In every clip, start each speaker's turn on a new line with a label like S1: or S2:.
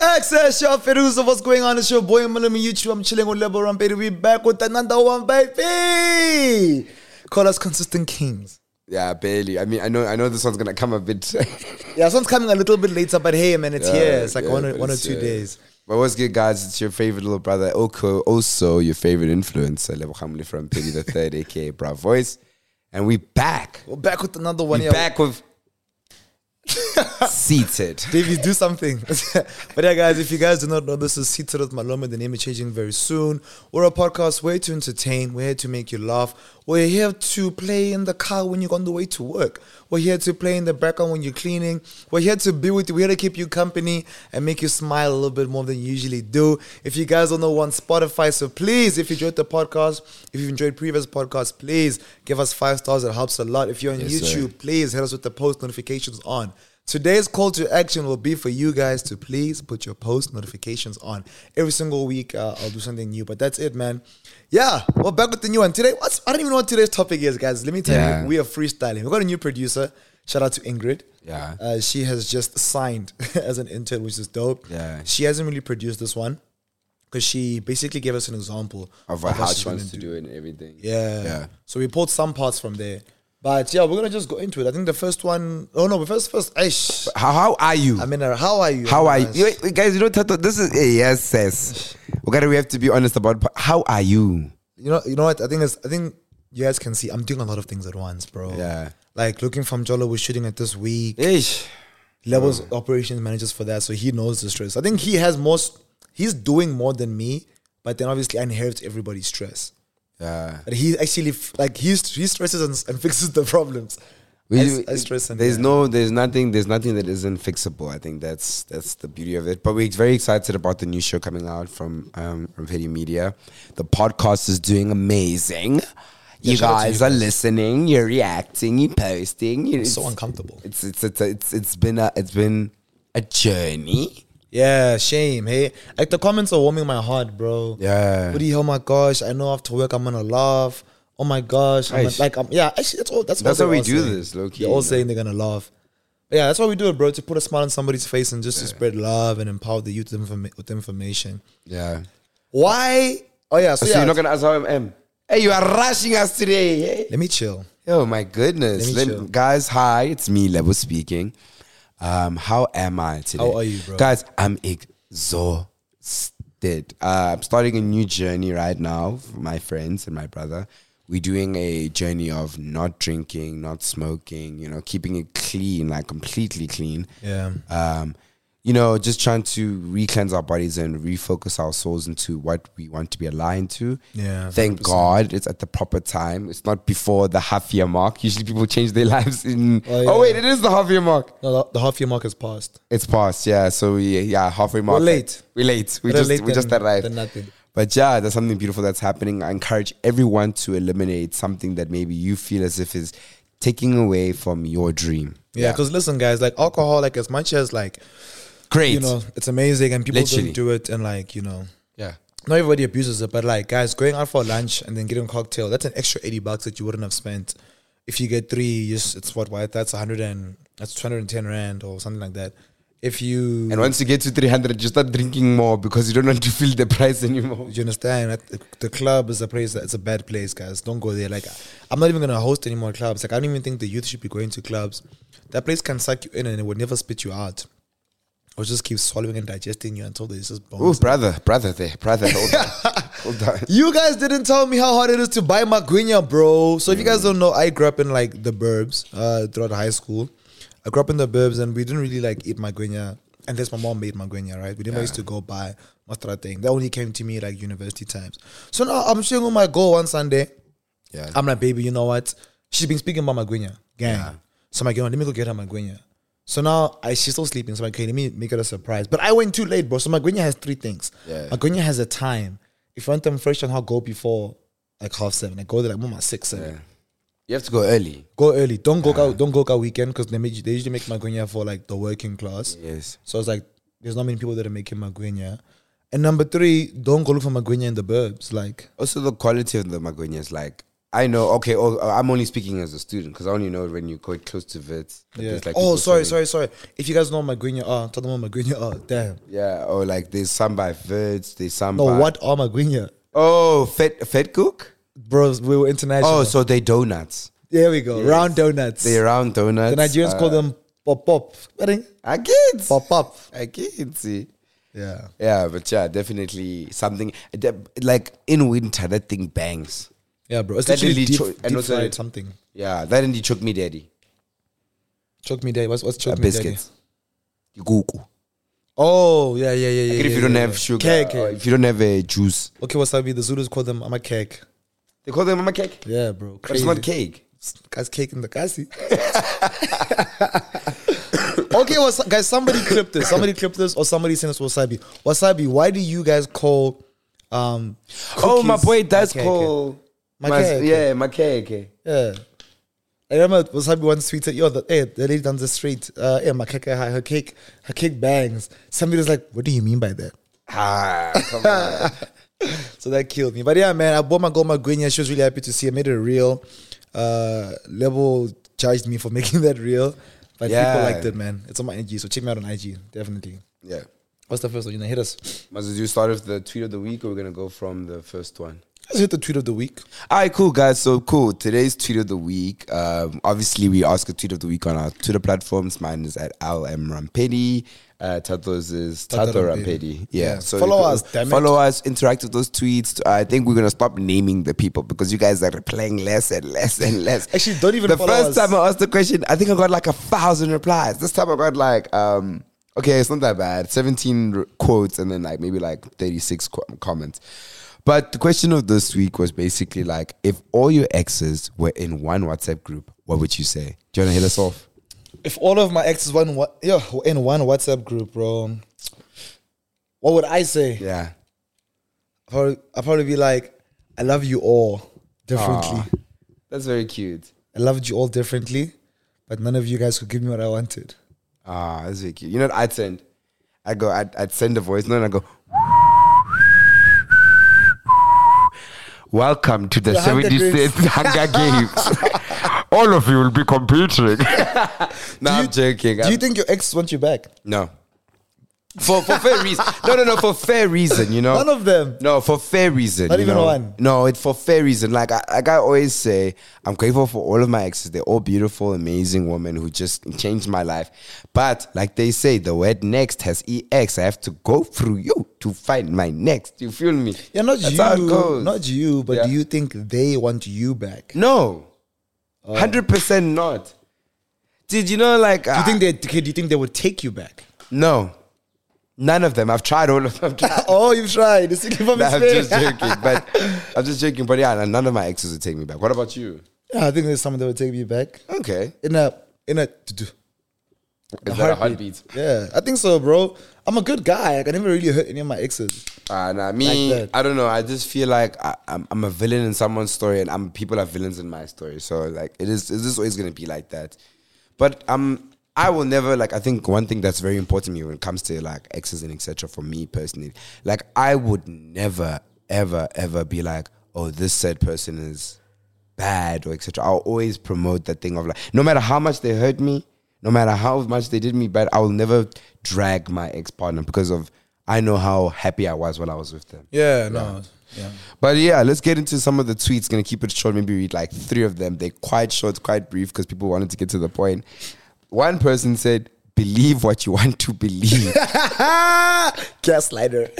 S1: Access Shah Feruza, what's going on? It's your boy Malumi YouTube. I'm chilling with Lebo Rampere. We back with another one, baby. Call us consistent kings.
S2: Yeah, barely. I mean, I know, I know this one's gonna come a bit. uh,
S1: Yeah, this one's coming a little bit later, but hey, man, it's
S2: Yeah,
S1: here. It's like
S2: yeah,
S1: one, or,
S2: but
S1: one or
S2: it's,
S1: two
S2: uh,
S1: days.
S2: But what's good, guys? It's your favorite little brother, Oko, also your favorite influencer, Lebo Hamli from Penny the Third, aka Bra Voice, and we back.
S1: We're back with another one.
S2: We
S1: yeah.
S2: back with seated.
S1: Davies, do something. but yeah, guys, if you guys do not know, this is Seated with Maloma. The name is changing very soon. We're a podcast. We're here to entertain. We're here to make you laugh. We're here to play in the car when you're on the way to work. We're here to play in the background when you're cleaning. We're here to be with you. We're here to keep you company and make you smile a little bit more than you usually do. If you guys don't know, we're on Spotify. So please, if you enjoyed the podcast, if you enjoyed previous podcasts, please give us five stars. It helps a lot. If you're on
S2: Yes, sir.
S1: YouTube, please hit us with the post notifications on. Today's call to action will be for you guys to please put your post notifications on. Every single week, uh, I'll do something new, but that's it, man. Yeah, we're back with the new one today. What's, I don't even know what today's topic is, guys. Let me tell
S2: Yeah.
S1: you, we are freestyling. We got a new producer. Shout out to Ingrid.
S2: Yeah.
S1: uh, she has just signed as an intern, which is dope.
S2: Yeah.
S1: she hasn't really produced this one because she basically gave us an example
S2: Of uh,
S1: what
S2: how
S1: she's
S2: she
S1: gonna
S2: wants to do it and everything.
S1: yeah.
S2: Yeah.
S1: So we pulled some parts from there. But yeah, we're gonna just go into it. I think the first one oh no, but first first Aish.
S2: How, how are you?
S1: I mean uh, how are you?
S2: How are you?
S1: Guys?
S2: Wait, wait, guys, you know, Tato, this is a yes, yes. We gotta, we have to be honest about p- how are you?
S1: You know you know what I think is I think you guys can see I'm doing a lot of things at once, bro.
S2: Yeah.
S1: Like looking from Jolo, we're shooting it this week.
S2: Ish.
S1: Levels
S2: Mm.
S1: operations managers for that, so he knows the stress. I think he has most he's doing more than me, but then obviously I inherit everybody's stress.
S2: Yeah.
S1: But he actually f- like he's, he stresses and, and fixes the problems. I, s- I stress and
S2: there's
S1: yeah.
S2: no, there's nothing, there's nothing that isn't fixable. I think that's that's the beauty of it. But we're very excited about the new show coming out from um, from Petty Media. The podcast is doing amazing. You
S1: shout out to
S2: guys
S1: you
S2: are listening. You're reacting. You're posting. You're,
S1: so uncomfortable.
S2: It's it's it's it's it's been a it's been a journey.
S1: Yeah, shame. Hey, like the comments are warming my heart, bro.
S2: Yeah.
S1: Woody, oh my gosh, I know after work I'm gonna laugh. Oh my gosh, I'm
S2: Aish.
S1: like, I'm, yeah, actually, that's all. That's,
S2: That's
S1: all
S2: why
S1: they're
S2: we
S1: all
S2: do
S1: saying.
S2: this, low-key,
S1: They're all
S2: you know?
S1: saying they're gonna laugh. But yeah, that's why we do it, bro. To put a smile on somebody's face and just to spread love and empower the youth informa- with information.
S2: Yeah.
S1: Why? Oh yeah, so,
S2: So
S1: yeah.
S2: you're not gonna ask how I am. Hey, you are rushing us today. Hey?
S1: let me chill.
S2: Oh my goodness,
S1: Let me
S2: Lem-
S1: chill.
S2: guys! Hi, it's me, Level speaking. Um, how am I today?
S1: How are you, bro?
S2: Guys, I'm exhausted. Uh, I'm starting a new journey right now. For my friends and my brother, we're doing a journey of not drinking, not smoking. You know, keeping it clean, like completely clean.
S1: Yeah.
S2: Um, you know, just trying to re-cleanse our bodies and refocus our souls into what we want to be aligned to.
S1: Yeah,
S2: Thank God it's at the proper time. It's not before the half year mark. Usually people change their lives in.
S1: Oh,
S2: Oh,
S1: yeah.
S2: wait, it is the half year mark.
S1: No, the, the half year mark has passed.
S2: It's past, yeah. So we, yeah, halfway mark.
S1: late.
S2: We're late. We
S1: Better
S2: just
S1: late
S2: we just
S1: than-
S2: arrived.
S1: than nothing.
S2: But yeah, there's something beautiful that's happening. I encourage everyone to eliminate something that maybe you feel as if is taking away from your dream.
S1: Yeah, because listen, guys, like alcohol, like as much as like
S2: great.
S1: you know, it's amazing and people
S2: Literally.
S1: don't do it, and like you know,
S2: yeah.
S1: not everybody abuses it, but like guys, going out for lunch and then getting a cocktail, that's an extra eighty bucks that you wouldn't have spent. If you get three, you s it's what why that's hundred and that's two hundred and ten rand or something like that. If you
S2: And once you get to 300, you start drinking more because you don't want to feel the price anymore.
S1: you understand that the club is a place that it's a bad place, guys. Don't go there. Like I'm not even gonna host any more clubs. Like I don't even think the youth should be going to clubs. That place can suck you in and it would never spit you out. Or just keep swallowing and digesting you until there's just bones.
S2: Oh, brother, brother, there, brother. Hold on. Hold on.
S1: You guys didn't tell me how hard it is to buy magunya, bro. So if you guys don't know, I grew up in like the burbs uh, throughout high school. I grew up in the burbs and we didn't really like eat magunya unless my mom made magunya, right? We never used to go buy mastra thing. That only came to me like university times. So now I'm showing with my girl one Sunday.
S2: Yeah.
S1: I'm like, baby, you know what? She's been speaking about Maguenya. Gang. So I'm like, you know, let me go get her Maguenya. So now I, she's still sleeping. So I'm like, okay, let me make it a surprise. But I went too late, bro. So Maguenya has three things.
S2: Yeah.
S1: Maguenya has a time. If you want them fresh on her, go before like half seven. I go there like mama six seven.
S2: You have to go early.
S1: Go early. Don't go out. Don't go out weekend because they made you- they usually make Maguenya for like the working class.
S2: Yes.
S1: So I was like, there's not many people that are making Maguenya. And number three, don't go look for Maguenya in the burbs. Like
S2: Also, the quality of the magonia is like I know. Okay. Oh, I'm only speaking as a student because I only know when you go close to vets. that
S1: Yeah.
S2: there's, like,
S1: oh,
S2: people
S1: sorry,
S2: selling-
S1: sorry, sorry. If you guys know what Magrinya are, tell them what Magrinya are. Damn.
S2: Yeah. Or like there's some by vets. There's some.
S1: No,
S2: by,
S1: what are Magrinya?
S2: Oh, fed fed cook.
S1: Bros, we were international.
S2: Oh, so they donuts.
S1: there we go. Round donuts.
S2: They round donuts.
S1: the Nigerians
S2: uh,
S1: call them pop pop. Ready?
S2: I get.
S1: Pop up.
S2: I get see.
S1: Yeah.
S2: Yeah, but yeah, definitely something de- like in winter that thing bangs.
S1: Yeah, bro. It's
S2: That
S1: literally
S2: really
S1: deep,
S2: cho- and
S1: deep
S2: also-
S1: fried something.
S2: Yeah, that indeed choke me daddy.
S1: Choke me daddy. What's, what's choke
S2: Uh,
S1: me daddy?
S2: biscuits. Iguku.
S1: Oh, yeah, yeah, yeah, yeah.
S2: If you
S1: yeah,
S2: don't
S1: yeah.
S2: have sugar, Oh,
S1: Cake,
S2: or
S1: cake.
S2: if you don't have a juice,
S1: Okay, wasabi. The Zulus call them ama cake.
S2: they call them mama cake.
S1: Yeah, bro.
S2: But it's
S1: Crazy.
S2: not cake.
S1: Guys, cake in the kasi. okay, was, guys, somebody clip this. Somebody clip this, or somebody send us wasabi. Wasabi. Why do you guys call? Um,
S2: Oh, my
S1: cookies
S2: boy, that's
S1: makeke?
S2: called.
S1: Makeke.
S2: Yeah, makeke.
S1: Yeah. I remember wasabi once tweeted, "Yo, the, hey, the lady down the street, uh, yeah, my cake, her her cake, her cake bangs." Somebody was like, "What do you mean by that?"
S2: Ah, come on.
S1: So that killed me. But yeah, man, I bought my girl Magrinya. She was really happy to see. I made it real. Uh, Level charged me for making that real. But people
S2: Yeah.
S1: liked it, man. It's on my IG. So check me out on IG. Definitely.
S2: Yeah.
S1: What's the first one? You know, hit us.
S2: Must you start with the tweet of the week or we're going to go from the first one?
S1: Let's hit the tweet of the week.
S2: All right, cool, guys. So, cool. Today's tweet of the week. Um, obviously, we ask a tweet of the week on our Twitter platforms. Mine is at Al M. Rampedi. Uh, Tato's is
S1: Tato
S2: Tato,
S1: Rampedi.
S2: Rampedi. Yeah.
S1: Yeah.
S2: So
S1: Follow
S2: you can-
S1: us, damn it.
S2: Follow us. Interact with those tweets. I think we're gonna stop naming the people because you guys are replying less and less and less.
S1: Actually, don't even
S2: The
S1: follow
S2: first
S1: us.
S2: time I asked the question, I think I got like a thousand replies. This time I got like, um, okay, it's not that bad. 17 r- quotes and then like maybe like 36 qu- comments. But the question of this week was basically like, if all your exes were in one WhatsApp group, what would you say? Do you want to hit us off?
S1: If all of my exes one wa- yeah, were in one WhatsApp group, bro, what would I say?
S2: Yeah.
S1: I'd probably, I'd probably be like, I love you all differently.
S2: Aw. That's very cute.
S1: I loved you all differently, but none of you guys could give me what I wanted.
S2: Ah, that's very cute. You know what I'd send? I go, I'd, I'd send a voice note and I go, Welcome to the,
S1: The Hunger
S2: 76th Hunger Games. All of you will be competing. no,
S1: you-
S2: I'm joking.
S1: Do you
S2: I'm-
S1: think your ex wants you back?
S2: no. For, for fair reason. No, no, no, for fair reason, you know.
S1: None of them.
S2: No, for fair reason.
S1: Not
S2: you
S1: even
S2: know?
S1: one.
S2: No, it's for fair reason. Like I, like I always say, I'm grateful for all of my exes. They're all beautiful, amazing women who just changed my life. But like they say, the word next has ex. I have to go through you to find my next. You feel me?
S1: Yeah, not
S2: That's
S1: you.
S2: how it goes.
S1: Not you, but
S2: Yeah.
S1: do you think they want you back? Do
S2: No, hundred percent not. Did you know? Like, uh,
S1: you think they okay, Oh. do you think they would take you back?
S2: no, none of them. I've tried all of them.
S1: oh, you've tried. It's from
S2: Nah, I'm
S1: experience.
S2: just joking, but I'm just joking. But yeah, none of my exes would take me back. What about you?
S1: yeah, I think there's someone that would take you back.
S2: Okay.
S1: In a in a to do.
S2: Is
S1: that a
S2: heartbeat?
S1: Yeah, I think so, bro. I'm a good guy. Like, I never really hurt any of my exes.
S2: Uh, nah, me,
S1: Like that.
S2: I don't know. I just feel like I, I'm, I'm a villain in someone's story, and I'm people are villains in my story. So like, it is. It's just always gonna be like that. But um, I will never like. I think one thing that's very important to me when it comes to like exes and etc. For me personally, like I would never, ever, ever be like, oh, this said person is bad or etc. I'll always promote that thing of like, no matter how much they hurt me, no matter how much they did me bad, I will never drag my ex partner because of I know how happy I was when I was with them.
S1: Yeah, no. Yeah.
S2: But yeah, let's get into some of the tweets. Gonna keep it short, maybe read like three of them. They're quite short, quite brief because people wanted to get to the point. One person said, Believe what you want to believe.
S1: Gaslighter.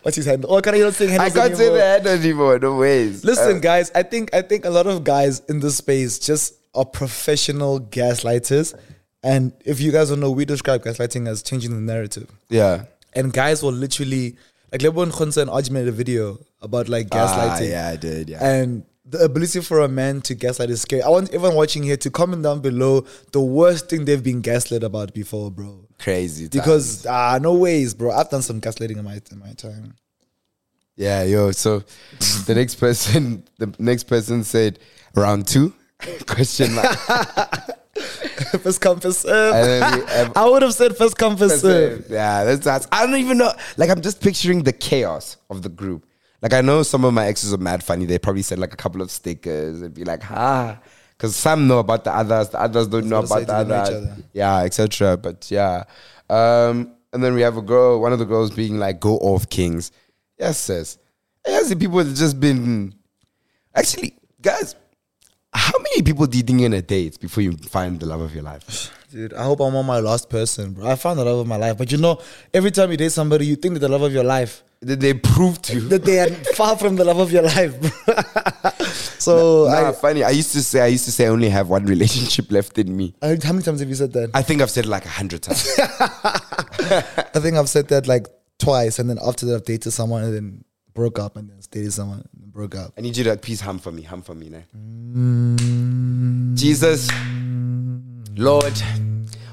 S1: What's his hand? Oh, can I not sing
S2: I can't say that anymore, no ways.
S1: Listen, guys, I think I think a lot of guys in this space just are professional gaslighters. And if you guys don't know, we describe gaslighting as changing the narrative.
S2: yeah.
S1: And guys will literally like Lebon Khonsa and Ajman did a video about like
S2: Ah,
S1: gaslighting.
S2: yeah, I did, yeah.
S1: And the ability for a man to gaslight is scary. I want everyone watching here to comment down below the worst thing they've been gaslit about before, bro.
S2: Crazy. time.
S1: Because ah, no ways, bro. I've done some gaslighting in my in my time.
S2: Yeah, yo. So the next person, the next person said round two question mark.
S1: first come, first serve.
S2: And then we have-
S1: I would have said first come, first serve.
S2: yeah, that's that's. I don't even know. Like I'm just picturing the chaos of the group. Like I know some of my exes are mad funny. They probably send like a couple of stickers and be like, ha. Because some know about the others, the others don't know
S1: was gonna say,
S2: about the
S1: do they know each
S2: others.
S1: other?
S2: Yeah, etc. But yeah. Um, and then we have a girl, one of the girls being like, go off kings. Yes, sis. Yes, the people have just been actually, guys, how many people do you think you're gonna date before you find the love of your life?
S1: Dude, I hope I'm on my last person, bro. I found the love of my life. But you know, every time you date somebody, you think that the love of your life,
S2: Did they prove to you?
S1: that they are far from the love of your life. bro. so,
S2: Nah, funny. I used to say I used to say I only have one relationship left in me.
S1: I, I, how many times have you said that?
S2: I think I've said it like a hundred times.
S1: I think I've said that like twice, and then after that, I've dated someone and then broke up, and then dated someone and broke up.
S2: I need you to please hum for me, hum for me, nah. Jesus, Lord,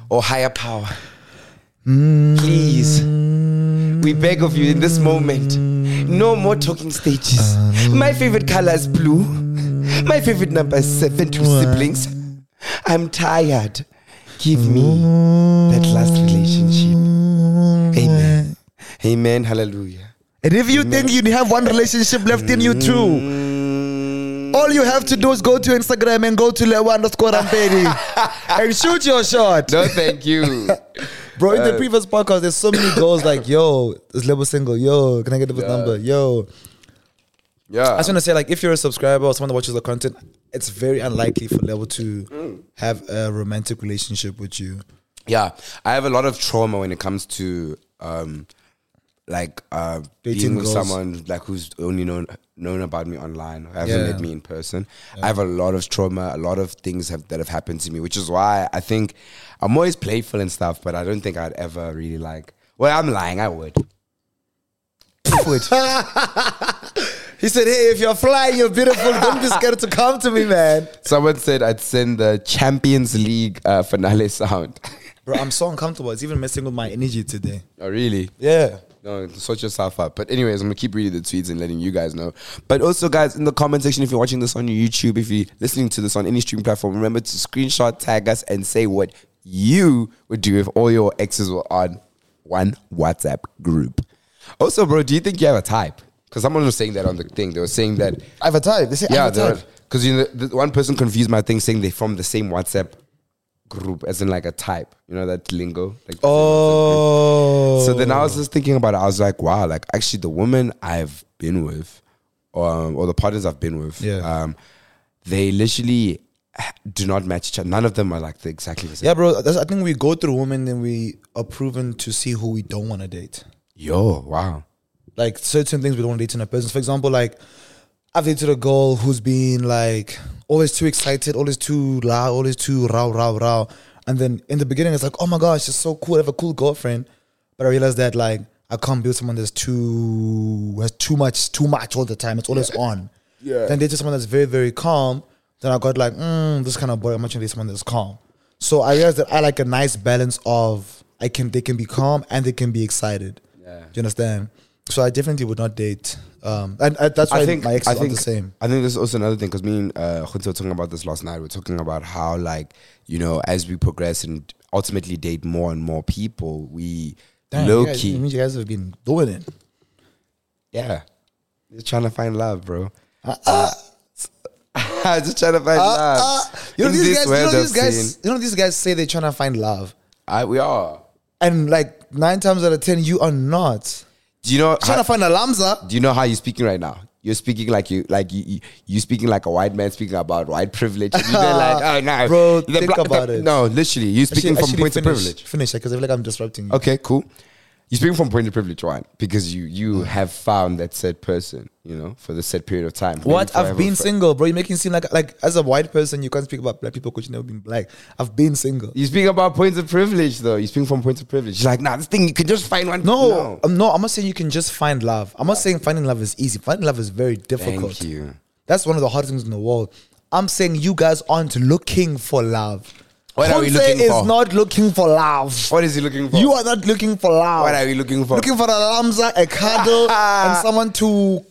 S2: or higher power, please, we beg of you in this moment, no more talking stages. My favorite color is blue. My favorite number is seven. Two siblings. I'm tired. Give me that last relationship. Amen. Amen. Hallelujah.
S1: And if you think you have one relationship left in you too, all you have to do is go to Instagram and go to Lewa underscore Rampedi and shoot your shot.
S2: No, thank you.
S1: Bro, in the previous podcast, there's so many goals like, yo, is Lewa single? Yo, can I get the
S2: Yeah.
S1: number? Yo. I
S2: Yeah.
S1: just want to say, like, if you're a subscriber or someone that watches the content, it's very unlikely for Level to have a romantic relationship with you.
S2: yeah i have a lot of trauma when it comes to um like uh
S1: Dating
S2: being with
S1: girls.
S2: someone like who's only known known about me online or hasn't
S1: Yeah.
S2: met me in person i have a lot of trauma a lot of things have, that have happened to me which is why i think i'm always playful and stuff but i don't think i'd ever really like well i'm lying i would
S1: He said, hey, if you're flying, you're beautiful. Don't be scared to come to me, man.
S2: someone said i'd send the champions league uh, finale sound
S1: Bro, I'm so uncomfortable. It's even messing with my energy today.
S2: oh really
S1: Yeah.
S2: No, sort yourself up. But anyways, I'm gonna keep reading the tweets and letting you guys know. But also, guys, in the comment section, if you're watching this on YouTube, if you're listening to this on any streaming platform, remember to screenshot, tag us, and say what you would do if all your exes were on one WhatsApp group. Also, bro, do you think you have a type? Because someone was saying that on the thing. They were saying that
S1: I have a type. They say I
S2: yeah,
S1: have a type.
S2: because you know the one person confused my thing saying they're from the same WhatsApp group, as in like a type. You know that lingo. Like the same WhatsApp group.
S1: Oh.
S2: So then I was just thinking about it. I was like, wow, like actually the women I've been with, um, or the partners I've been with,
S1: Yeah.
S2: um, they literally do not match each other. None of them are like the exactly the same.
S1: Yeah, bro. That's, I think we go through women and we are proven to see who we don't want to date.
S2: Yo, wow.
S1: Like certain things we don't want to date in a person. For example, like I've dated a girl who's been like always too excited, always too loud, always too rau rau rau. And then in the beginning, it's like, oh my gosh, she's so cool. I have a cool girlfriend. But I realized that like I can't be with someone that's too has too much, too much all the time. It's always on.
S2: Yeah.
S1: Then dated someone that's very very calm. Then I got like, mm, this kind of boy. I'm not gonna date someone that's calm. So I realized that I like a nice balance of I can they can be calm and they can be excited.
S2: Yeah.
S1: Do you understand? So I definitely would not date. Um, and, and that's why
S2: I think
S1: my ex
S2: I
S1: is
S2: think
S1: the same.
S2: I think there's also another thing because me and uh, Junta were talking about this last night. We are talking about how like you know as we progress and ultimately date more and more people, we low key.
S1: You guys, you guys have been doing it.
S2: Yeah. Just trying to find love, bro. just trying to find
S1: Uh,
S2: love.
S1: you know
S2: In
S1: these
S2: this
S1: guys. You know
S2: world
S1: these
S2: of
S1: guys.
S2: sin,
S1: You know these guys say they're trying to find love,
S2: I, we are.
S1: and like nine times out of ten, you are not
S2: Do you know?
S1: trying
S2: How,
S1: to find a lamza.
S2: do you know how you're speaking right now? You're speaking like you like you you you speaking like a white man speaking about white privilege. You're like, oh no,
S1: Bro,
S2: The
S1: think
S2: bla-
S1: about
S2: the-
S1: it.
S2: No, literally, you're speaking
S1: Actually- actually
S2: from point of
S1: finish-
S2: privilege.
S1: Finish, because I feel like I'm disrupting you.
S2: Okay, cool. You're speaking from point of privilege, right? Because you you
S1: Mm.
S2: have found that said person, you know, for the said period of time. Maybe
S1: What? I've
S2: forever,
S1: been
S2: for-
S1: single, bro. You're making it seem like like as a white person, you can't speak about black people because you've never been black. I've been single.
S2: You speak about points of privilege, though. You speak from points of privilege. You're like, nah, this thing you can just find one.
S1: No, no. Um, no, I'm not saying you can just find love. I'm not saying finding love is easy. Finding love is very difficult.
S2: thank you.
S1: That's one of the hardest things in the world. I'm saying you guys aren't looking for love.
S2: What are we
S1: Conte
S2: looking
S1: is
S2: for?
S1: not looking for love.
S2: What is he looking for?
S1: You are not looking for love.
S2: What are we looking for?
S1: Looking for a lamza, a cuddle, and someone to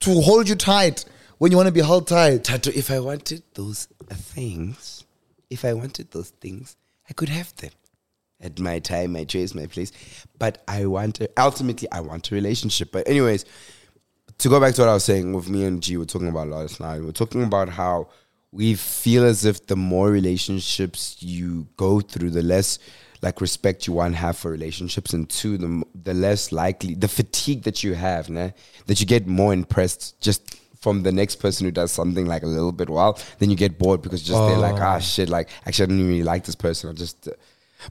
S1: to hold you tight when you want to be held tight.
S2: Tato, if I wanted those things, if I wanted those things, I could have them at my time, my choice, my place. But I want, a, ultimately, I want a relationship. But anyways, to go back to what I was saying with me and G, we're talking about last night. We're talking about how we feel as if the more relationships you go through, the less like respect you one have for relationships, and two, the m- the less likely the fatigue that you have, nah, that you get more impressed just from the next person who does something like a little bit well, then you get bored because just they're like,
S1: Oh.
S2: ah, shit, like actually I don't even really like this person. I just, uh,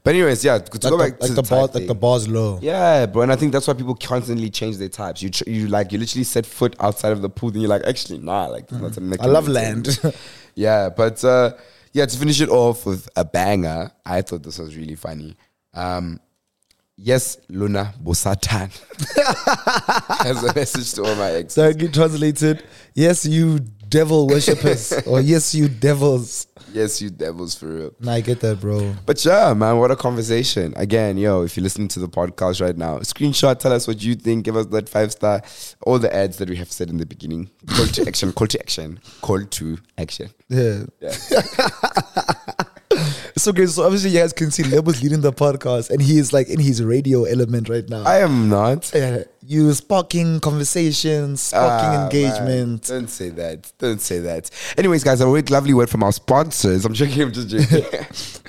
S2: but anyways, yeah, to go
S1: Like
S2: back
S1: the,
S2: to
S1: like the
S2: type
S1: bar, like
S2: thing.
S1: the bar's low.
S2: Yeah, bro, and I think that's why people constantly change their types. You tr- you like you literally set foot outside of the pool, then you're like, actually, nah, like that's not something. that
S1: Mm-hmm. I
S2: can
S1: love
S2: be
S1: land.
S2: done. yeah, but uh, yeah, to finish it off with a banger, I thought this was really funny. Um, yes, Luna Bosatan as a message to all my exes.
S1: Directly translated, yes, you devil worshippers, or yes, you devils.
S2: Yes, you devils for real.
S1: Nah, I get that, bro.
S2: But yeah, man, what a conversation. Again, yo, if you're listening to the podcast right now, screenshot, tell us what you think, give us that five star, all the ads that we have said in the beginning. Call to action, call to action, call to action.
S1: Yeah.
S2: Yeah.
S1: It's okay. So obviously, you guys can see Lebo's leading the podcast, and he is like in his radio element right now.
S2: I am not.
S1: yeah, you sparking conversations, sparking
S2: Ah,
S1: engagement.
S2: man, Don't say that. Don't say that. Anyways, guys, a really lovely word from our sponsors. I'm checking him to joking.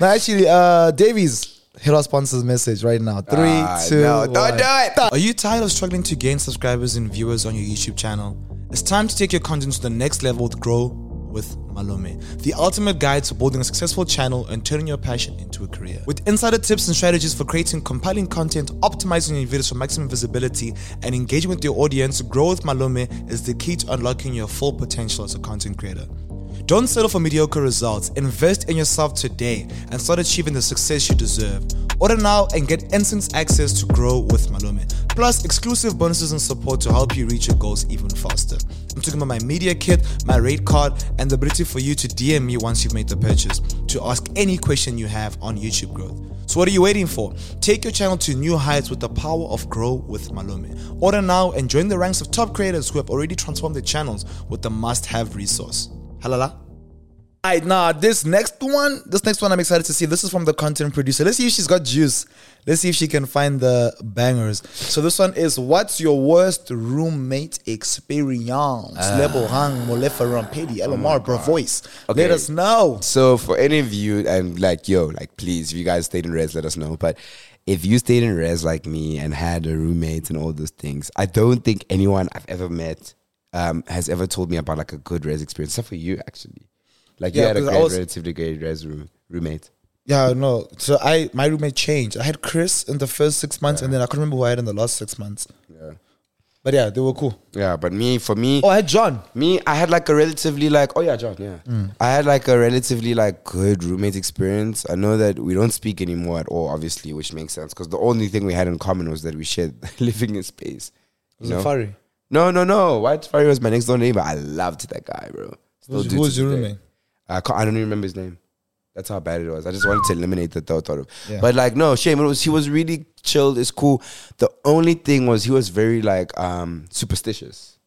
S1: No, actually, uh, Davies, hit our sponsor's message right now. Three,
S2: Ah,
S1: two,
S2: no, don't
S1: one.
S2: do it.
S1: Are you tired of struggling to gain subscribers and viewers on your YouTube channel? It's time to take your content to the next level with Grow with Malome, the ultimate guide to building a successful channel and turning your passion into a career. With insider tips and strategies for creating compelling content, optimizing your videos for maximum visibility, and engaging with your audience, Grow with Malome is the key to unlocking your full potential as a content creator. Don't settle for mediocre results. Invest in yourself today and start achieving the success you deserve. Order now and get instant access to Grow with Malome, plus exclusive bonuses and support to help you reach your goals even faster. I'm talking about my media kit, my rate card, and the ability for you to DM me once you've made the purchase to ask any question you have on YouTube growth. So, what are you waiting for? Take your channel to new heights with the power of Grow with Malome. Order now and join the ranks of top creators who have already transformed their channels with the must have resource. Halala. All right, now this next one, this next one I'm excited to see. This is from the content producer. Let's see if she's got juice. Let's see if she can find the bangers. So this one is what's your worst roommate experience? Lebo hang moleferum pedi LMR bro voice.
S2: Okay.
S1: Let us know.
S2: So for any of you, and like yo, like please, if you guys stayed in res, let us know. But if you stayed in res like me and had a roommate and all those things, I don't think anyone I've ever met um, has ever told me about like a good res experience. Except for you, actually. Like you
S1: Yeah,
S2: had a
S1: because I
S2: great,
S1: was-
S2: relatively great res room, roommate.
S1: Yeah, no. So I my roommate changed. I had Chris in the first six months, and then I couldn't remember who I had in the last six months.
S2: Yeah.
S1: But yeah, they were cool.
S2: Yeah, but me, for me,
S1: Oh, I had John.
S2: me, I had like a relatively like oh yeah, John, yeah.
S1: Mm.
S2: I had like a relatively like good roommate experience. I know that we don't speak anymore at all, obviously, which makes sense because the only thing we had in common was that we shared living in space.
S1: Was
S2: you
S1: it
S2: know?
S1: Fari?
S2: No, no, no. White Fari was my next door neighbor. I loved that guy, bro. Still
S1: Who's-
S2: do to
S1: who's your
S2: today.
S1: roommate?
S2: I can't, I don't even remember his name. That's how bad it was. I just wanted to eliminate the thought of.
S1: Yeah.
S2: But like, no shame. It was he was really chilled. It's cool. The only thing was he was very like um superstitious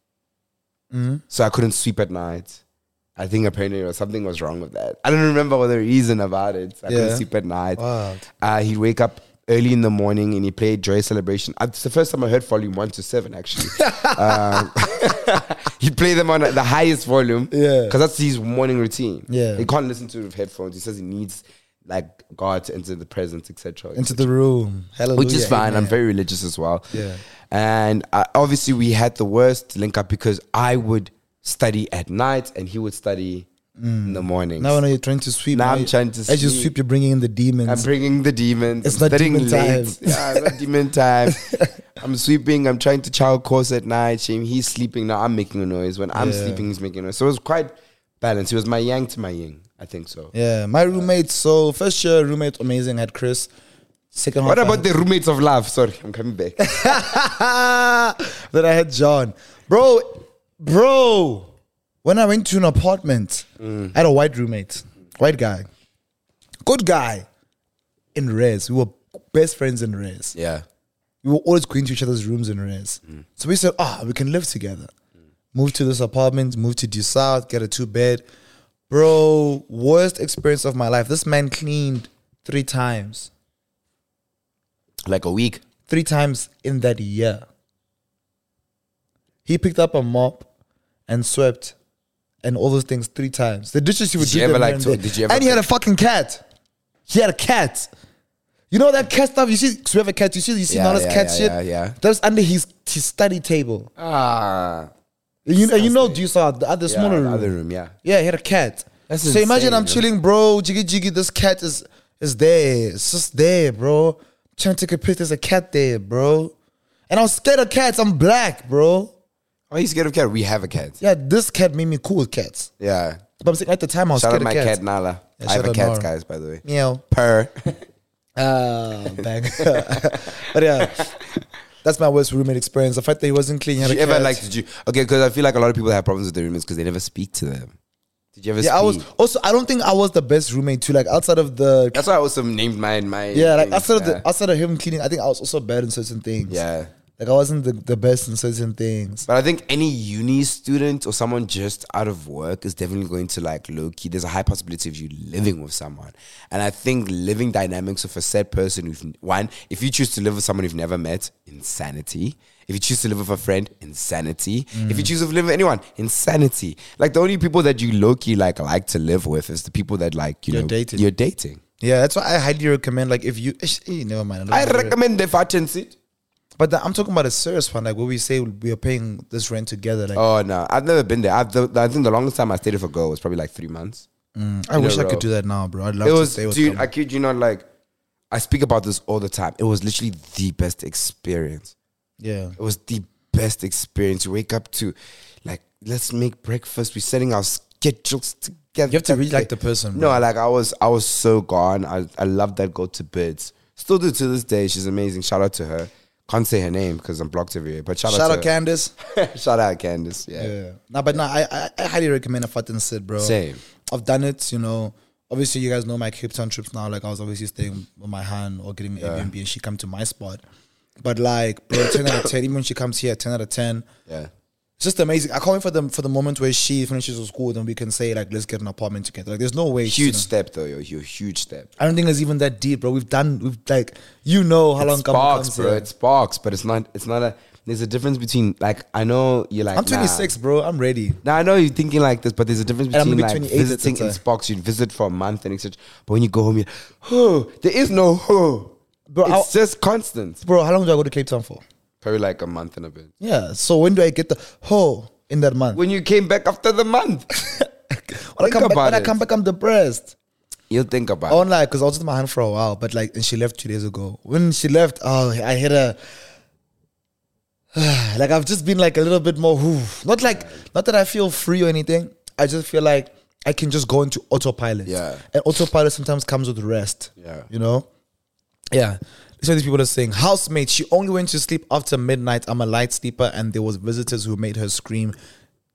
S1: Mm-hmm.
S2: so I couldn't sleep at night. I think apparently there was- something was wrong with that. I don't remember what the reason about it. I
S1: Yeah.
S2: couldn't sleep at night.
S1: Wow.
S2: Uh, he'd wake up early in the morning and he played Joy Celebration. Uh, it's the first time I heard volume one to seven actually. um, he'd play them on uh, the highest volume.
S1: Yeah.
S2: Because that's his morning routine.
S1: Yeah.
S2: He can't listen to it with headphones. He says he needs like God to enter the presence, etc.
S1: Into the room. Hallelujah.
S2: Which is fine.
S1: Amen.
S2: I'm very religious as well.
S1: Yeah.
S2: And uh, obviously, we had the worst link up because I would study at night and he would study in
S1: Mm.
S2: the morning.
S1: Now I know you're trying to sweep.
S2: Now I'm
S1: you-
S2: trying to
S1: As you
S2: sweep.
S1: sweep, you're bringing in the
S2: I'm
S1: demons.
S2: bringing the demons.
S1: It's
S2: I'm
S1: not
S2: studying
S1: demon
S2: late.
S1: time.
S2: Yeah, it's not demon time. I'm sweeping. I'm trying to child course at night. Shame he's sleeping now. I'm making a noise. When I'm
S1: Yeah.
S2: sleeping, he's making a noise. So it was quite balanced. It was my yang to my yin. I think so.
S1: yeah, my roommate. So first year roommate, amazing. Had Chris. Second.
S2: What
S1: half,
S2: about the roommates of love? Sorry, I'm coming back.
S1: I had- that I had John, bro, bro. When I went to an apartment,
S2: Mm.
S1: I had a white roommate, white guy, good guy. In res, we were best friends in res.
S2: yeah.
S1: we were always going to each other's rooms and rents. So we said, ah, we can live together. Move to this apartment, move to due south, get a two bed. Bro, worst experience of my life. This man cleaned three times.
S2: Like a week.
S1: Three times in that year. He picked up a mop and swept and all those things three times. The dishes he would
S2: Did
S1: do
S2: you ever,
S1: them
S2: like,
S1: and,
S2: to-
S1: there.
S2: did you ever
S1: and he had a fucking cat. He had a cat. You know that cat stuff you see. 'cause we have a cat. You see, you see
S2: Yeah,
S1: Nana's
S2: yeah,
S1: cat
S2: yeah,
S1: shit.
S2: yeah, yeah.
S1: That was under his his study table.
S2: Ah,
S1: You know, you know, you saw the other
S2: yeah,
S1: smaller
S2: the
S1: room.
S2: other room, yeah.
S1: Yeah, he had a cat.
S2: That's
S1: so imagine
S2: insane,
S1: I'm
S2: bro.
S1: chilling, bro. Jiggy jiggy, this cat is is there. It's just there, bro. trying to take a piss. There's a cat there, bro. And I was scared of cats. I'm black, bro.
S2: Are you scared Oh, of cat? We have a cat.
S1: Yeah, this cat made me cool with cats.
S2: Yeah.
S1: But I'm saying at the time I was
S2: Shout out
S1: scared of
S2: my
S1: cats.
S2: cat Nala.
S1: Yeah,
S2: I have
S1: shout
S2: a
S1: out
S2: cat,
S1: Nala.
S2: guys, by the way.
S1: Meow.
S2: Per.
S1: Ah, bang. but yeah, that's my worst roommate experience. The fact that he wasn't clean, he had
S2: Did you
S1: a
S2: ever
S1: cat.
S2: like? Did you? Okay, because I feel like a lot of people have problems with their roommates because they never speak to them. Did you ever?
S1: yeah, I was
S2: speak?
S1: also. I don't think I was the best roommate too. Like outside of the
S2: That's why I also named mine. My
S1: yeah, like
S2: things,
S1: outside of
S2: yeah.
S1: the outside of him cleaning, I think I was also bad in certain things.
S2: Yeah.
S1: like I wasn't the, the best in certain things.
S2: But I think any uni student or someone just out of work is definitely going to like low key. There's a high possibility of you living with someone, and I think living dynamics of a said person with one, if you choose to live with someone you've never met, insanity. If you choose to live with a friend, insanity. If you
S1: Mm.
S2: choose to live with anyone, insanity. Like the only people that you low key like like to live with is the people that like you
S1: You're
S2: know
S1: dating.
S2: You're dating.
S1: Yeah, that's why I highly recommend. Like if you, ish, eh, never mind.
S2: I
S1: don't know.
S2: recommend the vacancy.
S1: But the, I'm talking about a serious one, like where we say we are paying this rent together. Like
S2: Oh no, I've never been there. I've the, I think the longest time I stayed with a girl was probably like three months.
S1: I wish I
S2: bro.
S1: could do that now, bro. I'd love
S2: it
S1: to
S2: was
S1: stay with
S2: dude
S1: someone.
S2: i kid you not like i speak about this all the time it was literally the best experience
S1: yeah,
S2: it was the best experience you wake up to like let's make breakfast we're setting our schedules together
S1: you have to read like the person.
S2: no
S1: Bro.
S2: I like i was i was so gone i, I love that girl to bits still do to this day she's amazing shout out to her can't say her name because i'm blocked everywhere but shout,
S1: Shout
S2: out
S1: out
S2: to
S1: Candace.
S2: her. shout out candace yeah,
S1: Yeah. No, but no, I, I, I highly recommend a fucking sit, bro.
S2: Same.
S1: I've done it, you know. Obviously, you guys know my Cape Town trips now. Like, I was obviously staying with my hand or getting an Airbnb and she come to my spot. But, like, bro, 10 out of 10, even when she comes here, 10 out of 10.
S2: yeah.
S1: It's just amazing. I can't wait for the, for the moment where she finishes with school, then we can say, like, let's get an apartment together. Like, there's no way. she's
S2: huge
S1: gonna-
S2: step though yo yo, huge step
S1: I don't think it's even that deep, bro. We've done, we've, like, you know how long
S2: It
S1: Kamu
S2: sparks,
S1: comes
S2: bro.
S1: here.
S2: It sparks, but it's not. It's not a. There's a difference between like I know you're like
S1: I'm
S2: nah.
S1: 26, bro. I'm ready.
S2: Now I know you're thinking like this, but there's a difference
S1: I'm
S2: between
S1: gonna be
S2: like
S1: 28 at the
S2: visiting
S1: time.
S2: and sparks. You visit for a month and etc. But when you go home, you oh, there is no oh.
S1: Bro,
S2: it's
S1: I'll-
S2: just constant.
S1: Bro, how long do I go to Cape Town for?
S2: Probably like a month and a bit.
S1: Yeah. So, when do I get the hoe in that month?
S2: When you came back after the month,
S1: when I
S2: Think
S1: come back,
S2: about
S1: when I
S2: it.
S1: come back, I'm depressed.
S2: you'll think about. it.
S1: Online, because I was with my hand for a while, but like, and she left two days ago. When she left, oh, I had a. like I've just been like a little bit more. whew. Not like, not that I feel free or anything. I just feel like I can just go into autopilot.
S2: Yeah.
S1: And autopilot sometimes comes with rest.
S2: Yeah.
S1: You know. Yeah. So these people are saying, housemate, she only went to sleep after midnight. I'm a light sleeper, and there was visitors who made her scream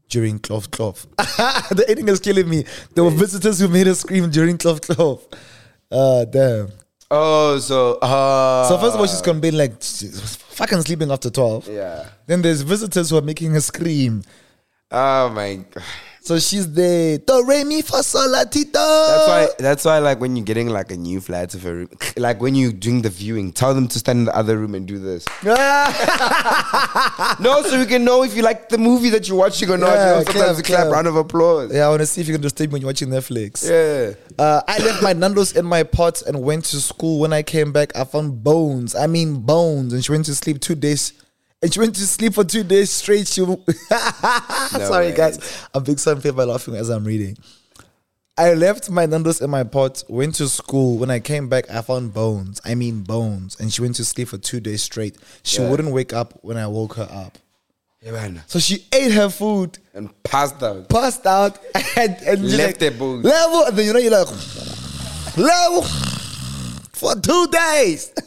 S1: during cloth cloth. the ending is killing me. There were visitors who made her scream during cloth cloth. Uh, damn.
S2: Oh, so uh,
S1: So first of all, she's complaining like she's fucking sleeping after twelve.
S2: yeah.
S1: Then there's visitors who are making her scream.
S2: Oh my. God.
S1: So she's there. Do re mi fa sol la ti do. Uh.
S2: That's why. That's why. Like when you're getting like a new flat of a room, like when you're doing the viewing, tell them to stand in the other room and do this. no, so we can know if you like the movie that you're watching or
S1: Yeah,
S2: not. you know, sometimes
S1: clap,
S2: we clap.
S1: clap.
S2: Round of applause.
S1: yeah, I want to see if you can just sleep when you're watching Netflix.
S2: Yeah.
S1: Uh, I left my Nando's in my pot and went to school. When I came back, I found bones. I mean bones. And she went to sleep two days. And she went to sleep for two days straight. She, Ah, sorry
S2: way.
S1: guys, I'm big some paper laughing as I'm reading. I left my Nando's in my pot. Went to school. When I came back, I found bones. I mean bones. And she went to sleep for two days straight. She
S2: Yeah.
S1: wouldn't wake up when I woke her up.
S2: Yeah, eh, man.
S1: So she ate her food
S2: And pasta.
S1: passed out and, and you're
S2: Left
S1: like,
S2: the booth.
S1: level, and then you know you're like level for two days.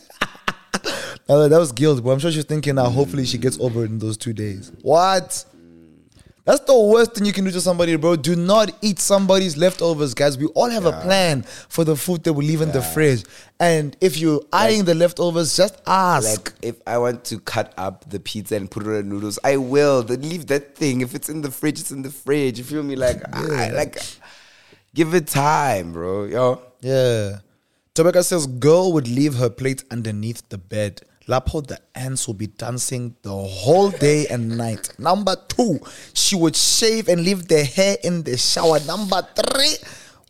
S1: Uh, that was guilt, but I'm sure she's thinking now. Hopefully, she gets over it in those two days. What? That's the worst thing you can do to somebody, bro. Do not eat somebody's leftovers, guys. We all have a plan for the food that we leave in the fridge, and if you're eyeing the leftovers, just ask.
S2: Like if I want to cut up the pizza and put it on noodles, I will. Then leave that thing. If it's in the fridge, it's in the fridge. You feel me? Like, I, like, give it time, bro. Yo.
S1: Yeah. Tobacco says girl would leave her plate underneath the bed. Lapo, the ants will be dancing the whole day and night. Number two, she would shave and leave the hair in the shower. Number three,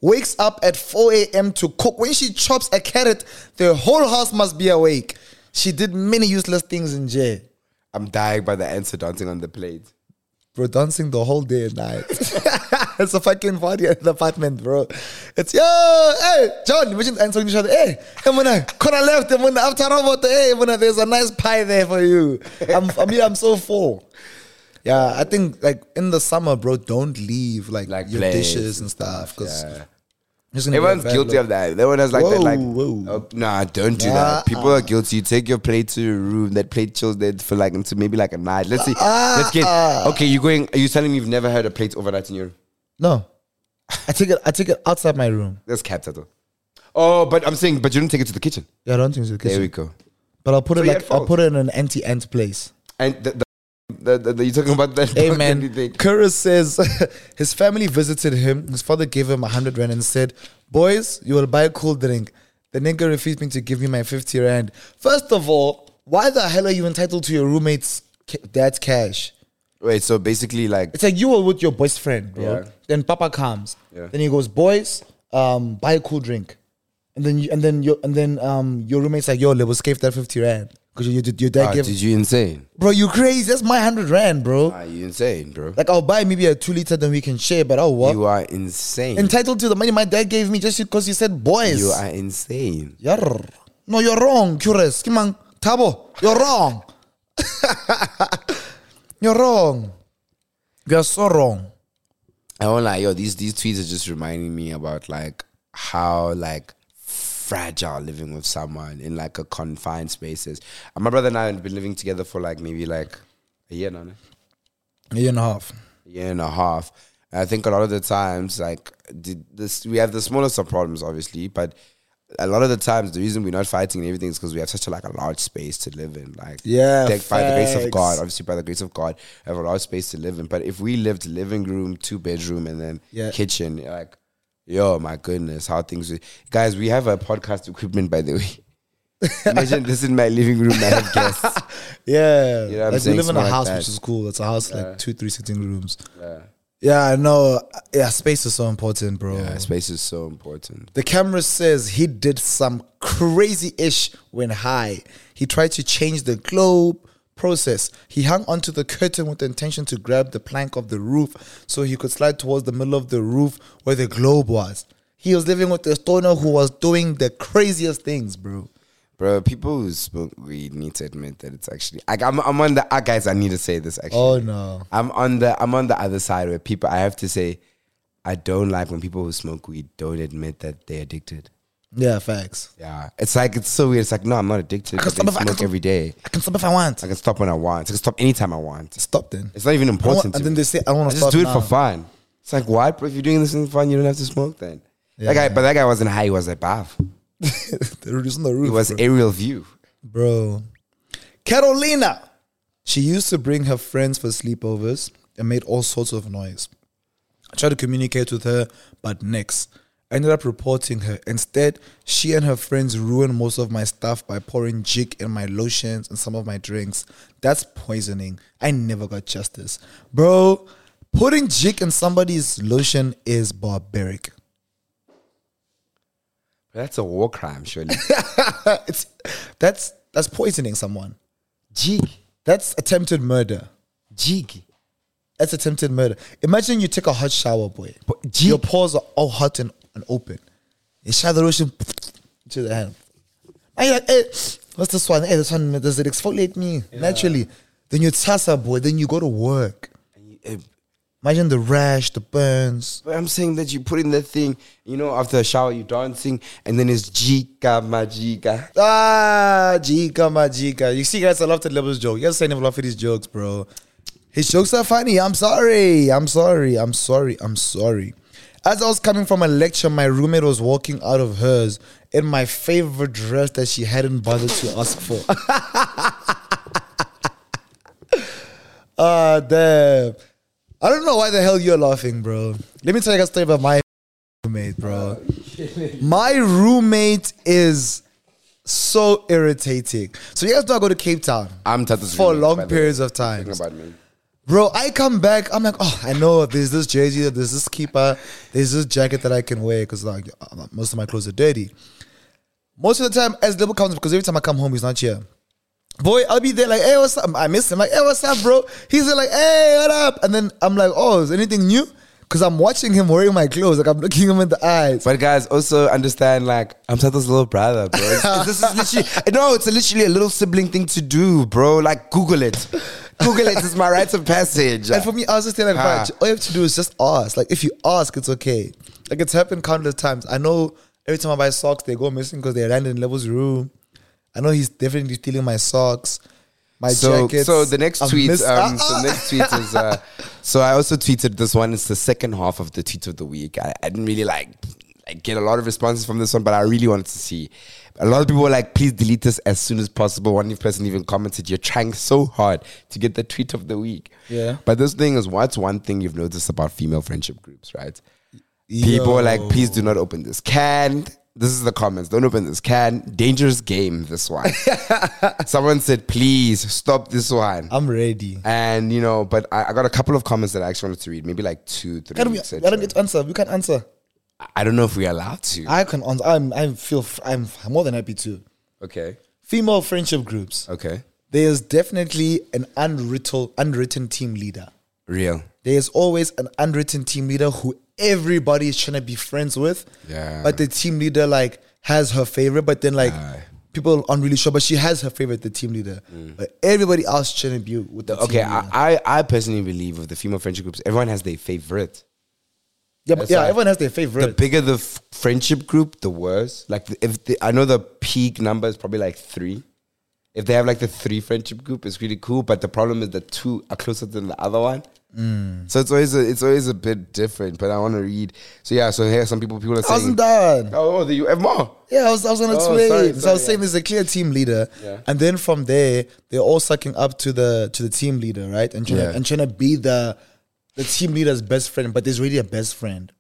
S1: wakes up at 4 a.m. to cook. When she chops a carrot, the whole house must be awake. She did many useless things in jail.
S2: I'm dying by the answer dancing on the plate.
S1: Bro, dancing the whole day and night. it's a fucking party at the apartment, bro. It's yo, hey, John, imagine answering each other. Hey, hey, mona, corner left, hey, mona, after robot, hey, mona, there's a nice pie there for you. I'm, I mean, I'm so full. Yeah, I think like in the summer, bro, don't leave like,
S2: Like
S1: your
S2: plates
S1: dishes and stuff because
S2: yeah. Everyone's guilty of that. Everyone has like that.
S1: Whoa,
S2: Like,
S1: whoa. Ah,
S2: oh, nah, don't do that. People are guilty. You take your plate to your room. That plate chills there for like until maybe like a night. Let's see.
S1: Ah,
S2: Let's get. Okay, you're going. Are you telling me you've never had a plate overnight in your room?
S1: No, I take it. I take it outside my room.
S2: That's capped at all. Oh, but I'm saying, but you don't take it to the kitchen.
S1: Yeah, I don't think it's the
S2: There
S1: kitchen.
S2: we go.
S1: But I'll put it
S2: you're
S1: like
S2: at
S1: I'll
S2: fault.
S1: put it in an anti-ant place.
S2: And the, the, the, the, the- you're talking about that.
S1: Hey
S2: fucking
S1: man,
S2: thing.
S1: Kura says his family visited him. His father gave him a hundred rand and said, "Boys, you will buy a cool drink." The nigga refused me to give me my fifty rand. First of all, why the hell are you entitled to your roommate's ca- dad's cash?
S2: Wait, so basically, like,
S1: It's like you were with your boyfriend, bro.
S2: Yeah.
S1: Then Papa comes.
S2: Yeah.
S1: Then he goes, "Boys, um, buy a cool drink." And then you, and then your and then um your roommate's like, "Yo, let us save that fifty rand because your your dad
S2: ah,
S1: gave."
S2: did you insane?
S1: bro, you crazy? That's my hundred rand, bro.
S2: Are you insane, bro?
S1: Like I'll buy maybe a two liter, then we can share. But oh what?
S2: You are insane.
S1: Entitled to the money my dad gave me just because you said boys.
S2: you are insane.
S1: Yarr. No, you're wrong, Cures. Kimang Tabo, you're wrong. you're wrong. You're so wrong.
S2: I won't lie, yo, these these tweets are just reminding me about like how like fragile living with someone in like a confined spaces. And my brother and I have been living together for like maybe like a year now, no?
S1: A year and a half.
S2: a year and a half. And I think a lot of the times, like the, this, we have the smallest of problems, obviously, but a lot of the times, the reason we're not fighting and everything is because we have such a like a large space to live in. Like,
S1: Yeah,
S2: thank- by the grace of
S1: facts.
S2: God, obviously, by the grace of God, we have a large space to live in. But if we lived living room, two bedroom, and then
S1: Yeah.
S2: kitchen, like, yo, my goodness, how things. would- Guys, we have a podcast equipment, by the way. Imagine this in my living room. I have guests.
S1: Yeah.
S2: know what I'm
S1: like we
S2: saying?
S1: live in
S2: Something
S1: a
S2: like
S1: house,
S2: that.
S1: which is cool. It's a house like two, three sitting rooms.
S2: Yeah.
S1: Yeah, I know. Yeah, space is so important, bro.
S2: Yeah, space is so important.
S1: The camera says he did some crazy ish when high. He tried to change the globe process. He hung onto the curtain with the intention to grab the plank of the roof so he could slide towards the middle of the roof where the globe was. He was living with a stoner who was doing the craziest things, bro.
S2: Bro, people who smoke weed need to admit that it's actually like I'm I'm on the ah guys, I need to say this actually.
S1: Oh no.
S2: I'm on the I'm on the other side where people I have to say I don't like when people who smoke weed don't admit that they're addicted.
S1: Yeah, facts.
S2: Yeah. It's like it's so weird. It's like, no, I'm not addicted.
S1: can
S2: but
S1: stop
S2: they
S1: if I- I
S2: smoke
S1: can-
S2: every day.
S1: I can stop if I want.
S2: I can stop when I want. I can stop anytime I want.
S1: Stop then.
S2: It's not even
S1: I want-
S2: important. to
S1: and then
S2: me.
S1: they say, I
S2: I
S1: want to
S2: just
S1: stop.
S2: do it
S1: now.
S2: for fun. It's like why? Bro, if you're doing this thing for fun, you don't have to smoke then. That guy, but that guy wasn't high, he was above.
S1: They're reducing the roof.
S2: It was aerial view.
S1: Bro. Carolina. She used to bring her friends for sleepovers and made all sorts of noise. I tried to communicate with her, but next. I ended up reporting her. Instead, she and her friends ruined most of my stuff by pouring jig in my lotions and some of my drinks. That's poisoning. I never got justice. Bro, putting jig in somebody's lotion is barbaric.
S2: That's a war crime, surely.
S1: it's that's that's poisoning someone.
S2: Jig.
S1: That's attempted murder.
S2: Jig.
S1: That's attempted murder. Imagine you take a hot shower, boy.
S2: But G-
S1: Your pores are all hot and, and open. You shower the lotion to the hand. And you're like, hey, what's this one? Hey, this one, does it exfoliate me? Naturally. Then you tassa, boy. Then you go to work. Imagine the rash, the burns.
S2: But I'm saying that you put in that thing, you know, after a shower, you're dancing, and then it's jika majika.
S1: Ah, Jika, my Jika. You see, guys, I love Ted Lebel's joke. You guys saying I love his jokes, bro. His jokes are funny. I'm sorry. I'm sorry. I'm sorry. I'm sorry. As I was coming from a lecture, my roommate was walking out of hers in my favorite dress that she hadn't bothered to ask for. Ah, damn. I don't know why the hell you're laughing, bro. Let me tell you guys a story about my roommate, bro. My roommate is so irritating. So you guys know I go to Cape Town
S2: I'm Tatus
S1: for
S2: Remix, by
S1: long
S2: the way.
S1: periods of time.
S2: Talking about me.
S1: Bro, I come back, I'm like, oh, I know there's this jersey, there's this keeper, there's this jacket that I can wear because like uh, most of my clothes are dirty. Most of the time, as double comes because every time I come home, he's not here. Boy, I'll be there like, hey, what's up? I miss him. Like, hey, what's up, bro? He's there like, hey, what up? And then I'm like, oh, is anything new? Because I'm watching him wearing my clothes. Like, I'm looking him in the eyes.
S2: But guys, also understand like I'm Tato's little brother, bro. It's- this is literally no, it's literally a little sibling thing to do, bro. Like Google it. Google it. It's my rites of passage.
S1: And for me, I was just thinking, like,
S2: Ah.
S1: bruh, all you have to do is just ask. Like, if you ask, it's okay. Like, it's happened countless times. I know every time I buy socks, they go missing because they landed in Level's room. I know he's definitely stealing my socks, my
S2: so,
S1: jackets.
S2: so the next
S1: I'm
S2: tweet,
S1: miss-
S2: um,
S1: Ah,
S2: so
S1: ah.
S2: the next tweet is. Uh, so I also tweeted this one. It's the second half of the tweet of the week. I, I didn't really like, like get a lot of responses from this one, but I really wanted to see. A lot of people were like, "Please delete this as soon as possible." One person even commented, "You're trying so hard to get the tweet of the week."
S1: Yeah.
S2: But this thing is, what's one thing you've noticed about female friendship groups, right? People are like, please do not open this can. This is the comments. Don't open this can. Dangerous game, this one. Someone said, please stop this one.
S1: ah. I'm ready.
S2: And, you know, but I, I got a couple of comments that I actually wanted to read, maybe like two, three.
S1: Can we,
S2: etc.
S1: I don't get to answer. We can answer.
S2: I don't know if we're allowed to.
S1: I can answer. I'm, I feel f- I'm f- more than happy to.
S2: okay.
S1: Female friendship groups.
S2: Okay.
S1: There's definitely an unwritten, unwritten team leader.
S2: Real.
S1: there's always an unwritten team leader who everybody is trying to be friends with.
S2: Yeah.
S1: But the team leader like has her favorite, but then like
S2: Aye. Mm.
S1: people aren't really sure. But she has her favorite, the team leader. But everybody else trying to be with the
S2: Okay.
S1: team leader.
S2: I, I, I personally believe with the female friendship groups, everyone has their favorite.
S1: yeah, but
S2: that's
S1: yeah,
S2: right.
S1: everyone has their
S2: the
S1: favorite.
S2: bigger the f- friendship group, the worse. Like the- if the, I know the peak number is probably like three. If they have like the three friendship group, it's really cool. But the problem is the two are closer than the other one. So it's always a, it's always a bit different. But I want to read. So yeah. So here, some people people are
S1: I wasn't
S2: saying.
S1: done.
S2: Oh, oh, the, you have more.
S1: Yeah, I was, I was gonna
S2: Oh,
S1: explain.
S2: sorry,
S1: so I was
S2: sorry,
S1: saying there's a clear team leader,
S2: Yeah.
S1: and then from there they're all sucking up to the to the team leader, right? And trying
S2: Yeah.
S1: to, and trying to be the the team leader's best friend, but there's really a best friend.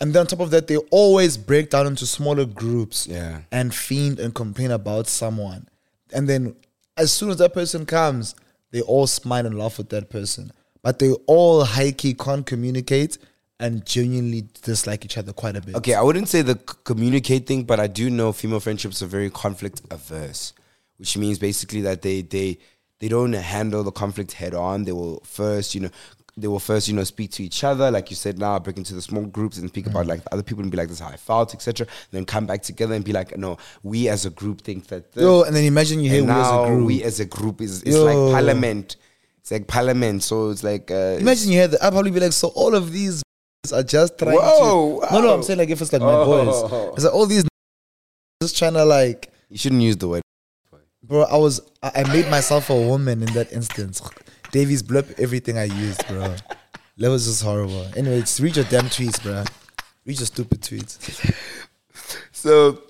S1: And then on top of that, they always break down into smaller groups
S2: Yeah.
S1: and fiend and complain about someone. And then as soon as that person comes, they all smile and laugh with that person. But they all high key can't communicate and genuinely dislike each other quite a bit.
S2: Okay, I wouldn't say the c- communicate thing, but I do know female friendships are very conflict averse, which means basically that they they they don't handle the conflict head on. They will first, you know, they will first, you know, speak to each other, like you said. Now break into the small groups and speak about
S1: Mm.
S2: like the other people and be like, "This is how I felt," etc. Then come back together and be like, "No, we as a group think that." This,
S1: Yo, and then imagine you hear
S2: and
S1: we as
S2: now
S1: a group.
S2: we as a group is it's
S1: Yo.
S2: like parliament. It's like parliament, so it's like uh,
S1: Imagine you hear that. I'd probably be like, so all of these b****s are just trying
S2: Whoa,
S1: to. No, no,
S2: wow.
S1: I'm saying like if it's like my
S2: Oh.
S1: boys. It's like all these n- just trying to like,
S2: you shouldn't use the word.
S1: bro. I was, I, I made myself a woman in that instance. Davies blurp everything I used, bro. That was just horrible. Anyway, just read your damn tweets, bro. Read your stupid tweets.
S2: So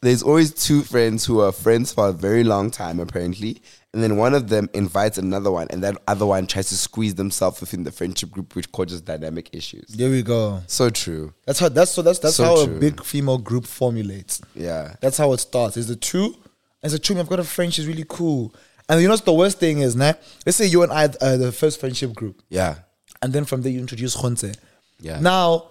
S2: there's always two friends who are friends for a very long time, apparently. And then one of them invites another one, and that other one tries to squeeze themselves within the friendship group, which causes dynamic issues.
S1: There we go.
S2: So true.
S1: That's how. That's so. That's that's
S2: So
S1: how
S2: true.
S1: a big female group formulates.
S2: Yeah.
S1: That's how it starts. It's the two. It's a two. I've got a friend. She's really cool. And you know what's the worst thing is, nah? Let's say you and I are the first friendship group,
S2: Yeah.
S1: and then from there you introduce Khonze.
S2: Yeah.
S1: Now,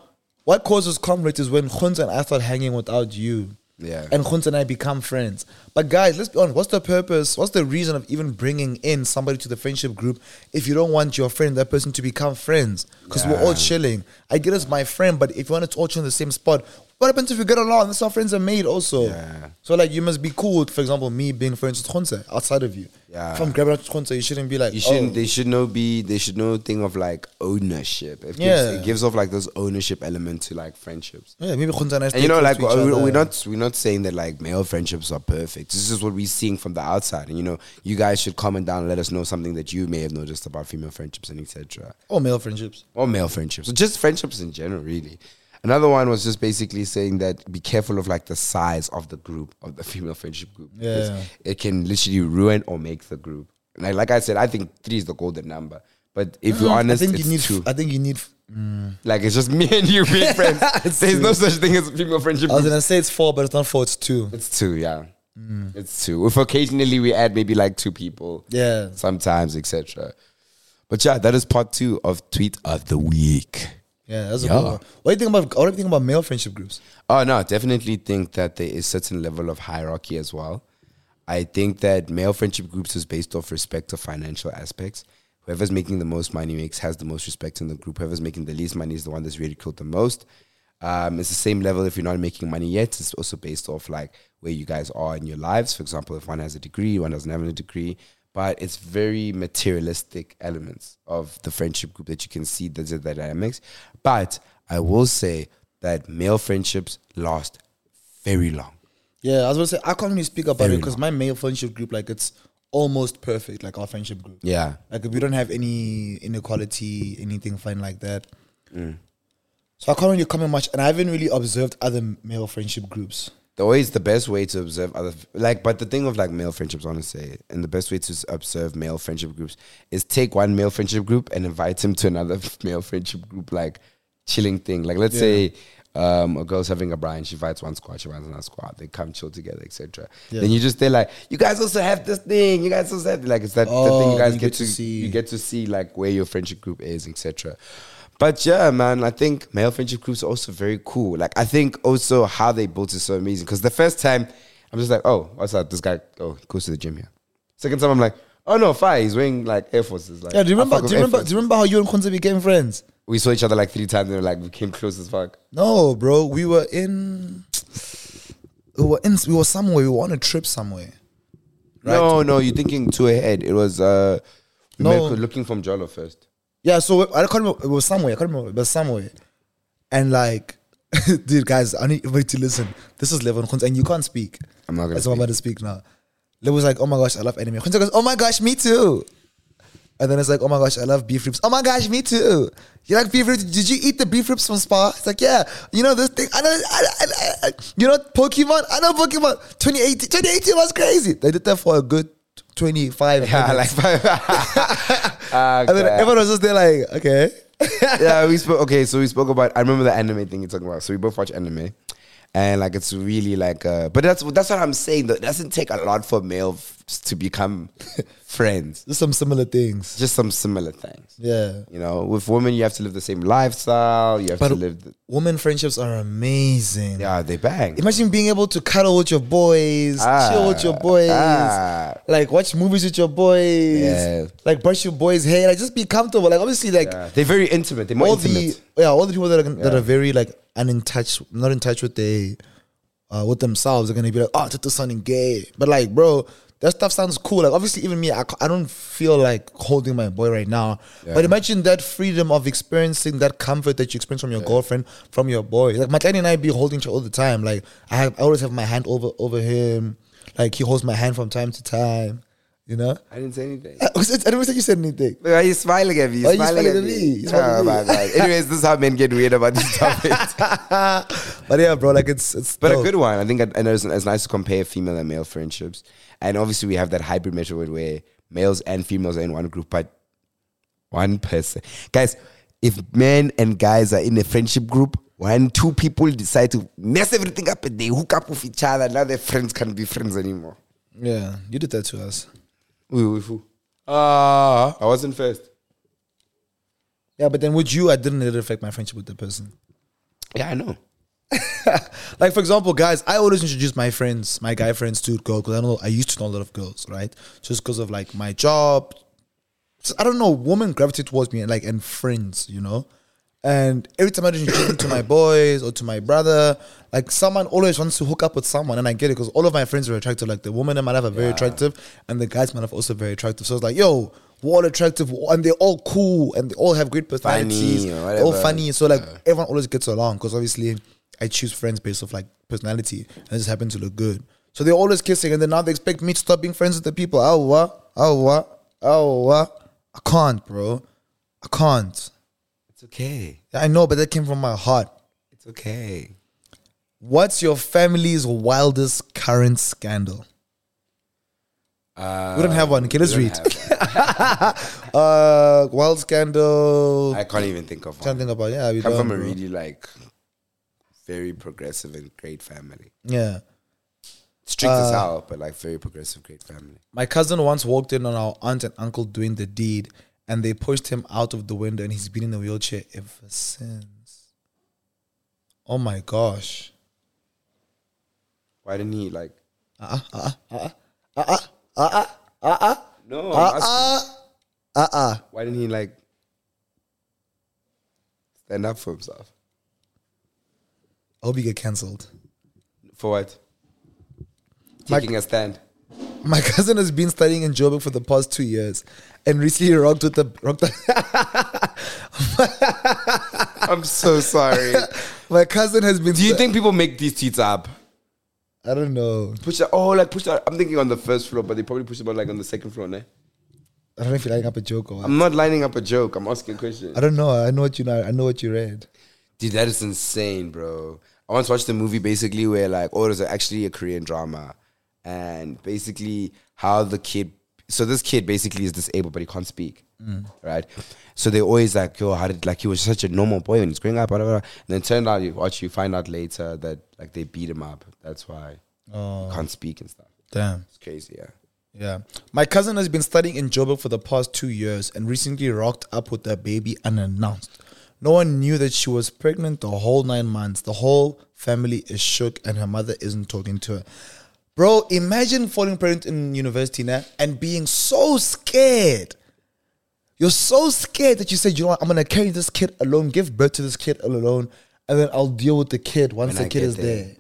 S1: what causes conflict is when Khonze and I start hanging without you.
S2: Yeah.
S1: And Khonze and I become friends. But guys, let's be honest. What's the purpose? What's the reason of even bringing in somebody to the friendship group if you don't want your friend, that person, to become friends? Because we're all
S2: Yeah.
S1: chilling. I get it's my friend, but if you want to all chill in the same spot, what happens if we get along? That's how friends are made, also.
S2: Yeah.
S1: So, like, you must be cool. with, For example, me being friends with Khonze outside of you.
S2: Yeah.
S1: If I'm grabbing out to Khonze, you shouldn't be like,
S2: You shouldn't.
S1: "Oh."
S2: They should know be. They should know thing of like ownership. It gives,
S1: Yeah.
S2: It gives off like this ownership element to like friendships.
S1: Yeah, maybe Khonze and I.
S2: And you
S1: stay
S2: know,
S1: close
S2: like
S1: to each
S2: we-
S1: other.
S2: we're not we're not saying that like male friendships are perfect. This is what we're seeing from the outside. And you know, you guys should comment down and let us know something that you may have noticed about female friendships and etc.
S1: Or male friendships.
S2: Or male friendships. Or just friendships in general, really. Another one was just basically saying that be careful of like the size of the group of the female friendship group. because
S1: Yeah.
S2: It can literally ruin or make the group. And I, like I said, I think three is the golden number. But if you're honest,
S1: Mm, I think
S2: it's
S1: you need.
S2: two.
S1: I think you need.
S2: like it's just me and you being friends. There's
S1: two.
S2: no such thing as female friendship.
S1: I was
S2: group.
S1: gonna say it's four, but it's not four. It's two.
S2: It's two, yeah. It's two. If occasionally we add maybe like two people,
S1: Yeah.
S2: sometimes etc. But yeah, that is part two of tweet of the week.
S1: Yeah, that's a
S2: Yeah.
S1: cool one. What do you think about what do you think about male friendship groups?
S2: Oh no, I definitely think that there is certain level of hierarchy as well. I think that male friendship groups is based off respect of financial aspects. Whoever's making the most money makes has the most respect in the group. Whoever's making the least money is the one that's ridiculed the most. Um, it's the same level if you're not making money yet. It's also based off like where you guys are in your lives. For example, if one has a degree, one doesn't have a degree. But it's very materialistic elements of the friendship group that you can see the, the dynamics. But I will say that male friendships last very long.
S1: Yeah, I was gonna say I can't really speak about
S2: Very
S1: it because my male friendship group, like it's almost perfect, like our friendship group.
S2: Yeah.
S1: Like we don't have any inequality, anything fine like that.
S2: Mm.
S1: So I can't really comment much, and I haven't really observed other male friendship groups.
S2: The way it's the best way to observe other like, but the thing of like male friendships, honestly, and the best way to s- observe male friendship groups is take one male friendship group and invite him to another male friendship group, like chilling thing. Like, let's say um, a girl's having a bri and she invites one squad, she invites another squad, they come chill together, etc.
S1: Yeah.
S2: Then you just they're like, you guys also have this thing, you guys also have like it's that the thing
S1: Oh,
S2: you guys
S1: you
S2: get,
S1: get
S2: to,
S1: to see.
S2: you get to see like where your friendship group is, etc. But yeah, man, I think male friendship groups are also very cool. Like I think also how they built is so amazing. Because the first time I'm just like, oh, what's up? This guy, oh, he goes to the gym here. Second time I'm like, oh no, fire. He's wearing like Air Forces. Like,
S1: Yeah, do you
S2: I
S1: remember?
S2: fuck
S1: Do
S2: with
S1: you
S2: Air
S1: remember?
S2: Force.
S1: Do you remember how you and Kunze became friends?
S2: We saw each other like three times and we like we came close as fuck.
S1: No, bro. We were in. We were in. We were somewhere. We were on a trip somewhere.
S2: No, no, you're thinking two ahead. It was uh, we
S1: No.
S2: met- looking from Jolo first.
S1: Yeah, so I can't remember. It was somewhere. I can't remember, but somewhere. And like, dude, guys, I need everybody to listen. This is Levon Khunta, and you can't speak.
S2: I'm not gonna
S1: That's what I'm about to speak now. Lev was like, "Oh my gosh, I love anime." Khunta goes, "Oh my gosh, me too." And then it's like, "Oh my gosh, I love beef ribs." Oh my gosh, me too. You like beef ribs? Did you eat the beef ribs from Spa? It's like, yeah. You know this thing? I know. I, I, I- I- you know Pokemon? I know Pokemon. 2018, 2018 was crazy. They did that for a good 25.
S2: Yeah,
S1: minutes.
S2: like
S1: and then everyone was just there, like, okay.
S2: yeah, we spoke. Okay, so we spoke about. I remember the anime thing you're talking about. So we both watch anime, and like it's really like. Uh, but that's that's what I'm saying. Though it doesn't take a lot for male f- to become friends.
S1: There's some similar things.
S2: Just some similar things.
S1: Yeah.
S2: You know, with women, you have to live the same lifestyle. You have to
S1: But
S2: live. The,
S1: women friendships are amazing.
S2: yeah, they bang.
S1: Imagine being able to cuddle with your boys, chill with your
S2: Ah,
S1: boys,
S2: ah.
S1: like watch movies with your boys,
S2: Yeah.
S1: like brush your boys' hair, like just be comfortable. Like obviously, like
S2: Yeah, they're very intimate. They're more
S1: all
S2: intimate.
S1: the yeah, all the people that are, that
S2: Yeah.
S1: are very like un in touch, not in touch with they uh, with themselves, are gonna be like, oh, Tito sounding gay. But like, bro, that stuff sounds cool. Like obviously, even me, I, ca- I don't feel like holding my boy right now. But imagine that freedom of experiencing that comfort that you experience from your girlfriend, from your boy. Like my daddy and I be holding each other all the time. Like I, have, I always have my hand over over him. Like he holds my hand from time to time. You know.
S2: I didn't say anything.
S1: I don't think you said anything.
S2: Why are you smiling at me? You're
S1: Why are you smiling at me? You're smiling at
S2: Oh
S1: me.
S2: my god. Anyways, this is how men get weird about these topics.
S1: But yeah, bro, like it's it's
S2: But
S1: dope.
S2: a good one. I think it- and it's, it's nice to compare female and male friendships. And obviously, we have that hybrid measurement where males and females are in one group, but one person. Guys, if men and guys are in a friendship group, when two people decide to mess everything up and they hook up with each other, now their friends can't be friends anymore.
S1: Yeah, you did that to us.
S2: Ooh, ooh, ooh. Ah, I wasn't first.
S1: Yeah, but then with you, I didn't let it affect my friendship with the person.
S2: Yeah, I know.
S1: Like for example, guys, I always introduce my friends, my guy friends to girls because I know I used to know a lot of girls, right? Just because of like my job. So, I don't know, women gravitate towards me and like and friends, you know. And every time I introduce them to my boys or to my brother, like someone always wants to hook up with someone, and I get it because all of my friends were attractive. Like the women in my life are very attractive, and the guys in my life are also very attractive. So it's like, yo, we're all attractive, and they're all cool, and they all have great personalities,
S2: or
S1: they're all
S2: whatever.
S1: funny. So like everyone always gets along because obviously I choose friends based off like personality and it just happens to look good. So they're always kissing and then now they expect me to stop being friends with the people. Oh what? Oh what? Oh what? I can't, bro. I can't.
S2: It's okay.
S1: I know, but that came from my heart.
S2: It's okay.
S1: What's your family's wildest current scandal?
S2: Uh,
S1: We don't have one. Okay, let's
S2: we
S1: read.
S2: don't
S1: uh, wild scandal.
S2: I can't even think of one.
S1: Something about yeah. We
S2: come
S1: don't,
S2: from a
S1: bro.
S2: really like very progressive and great family.
S1: Yeah.
S2: Strict as hell, but like very progressive, great family.
S1: My cousin once walked in on our aunt and uncle doing the deed, and they pushed him out of the window, and he's been in a wheelchair ever since. Oh my gosh.
S2: Why didn't he like?
S1: Uh uh uh uh uh uh uh
S2: No. I'm asking,
S1: uh uh uh.
S2: why didn't he like stand up for himself?
S1: I hope you get cancelled.
S2: For what?
S1: Like-
S2: Taking a stand.
S1: My cousin has been studying in Joburg for the past two years, and recently rocked with the rocked.
S2: I'm so sorry.
S1: my cousin has been.
S2: Do you think people make these tweets up?
S1: I don't know.
S2: Push it. Oh, like push it. I'm thinking on the first floor, but they probably push it out like on the second floor. Ne?
S1: I don't know if you're lining up a joke or. What.
S2: I'm not lining up a joke. I'm asking a question.
S1: I don't know. I know what you know. I know what you read.
S2: Dude, that is insane, bro. I once watched a movie basically where like, oh, it was actually a Korean drama, and basically how the kid. So this kid basically is disabled, but he can't speak, right? So they always like, yo, how did like he was such a normal boy when he's growing up, blah, blah, blah. and then turned out you watch, you find out later that like they beat him up. That's why he can't speak and stuff.
S1: Damn.
S2: It's crazy, yeah.
S1: Yeah. My cousin has been studying in Joburg for the past two years and recently rocked up with her baby unannounced. No one knew that she was pregnant the whole nine months. The whole family is shook and her mother isn't talking to her. Bro, imagine falling pregnant in university now and being so scared. You're so scared that you said, you know what, I'm gonna carry this kid alone, give birth to this kid alone, and then I'll deal with the kid once
S2: When
S1: the
S2: I
S1: kid
S2: get
S1: is
S2: there.
S1: there.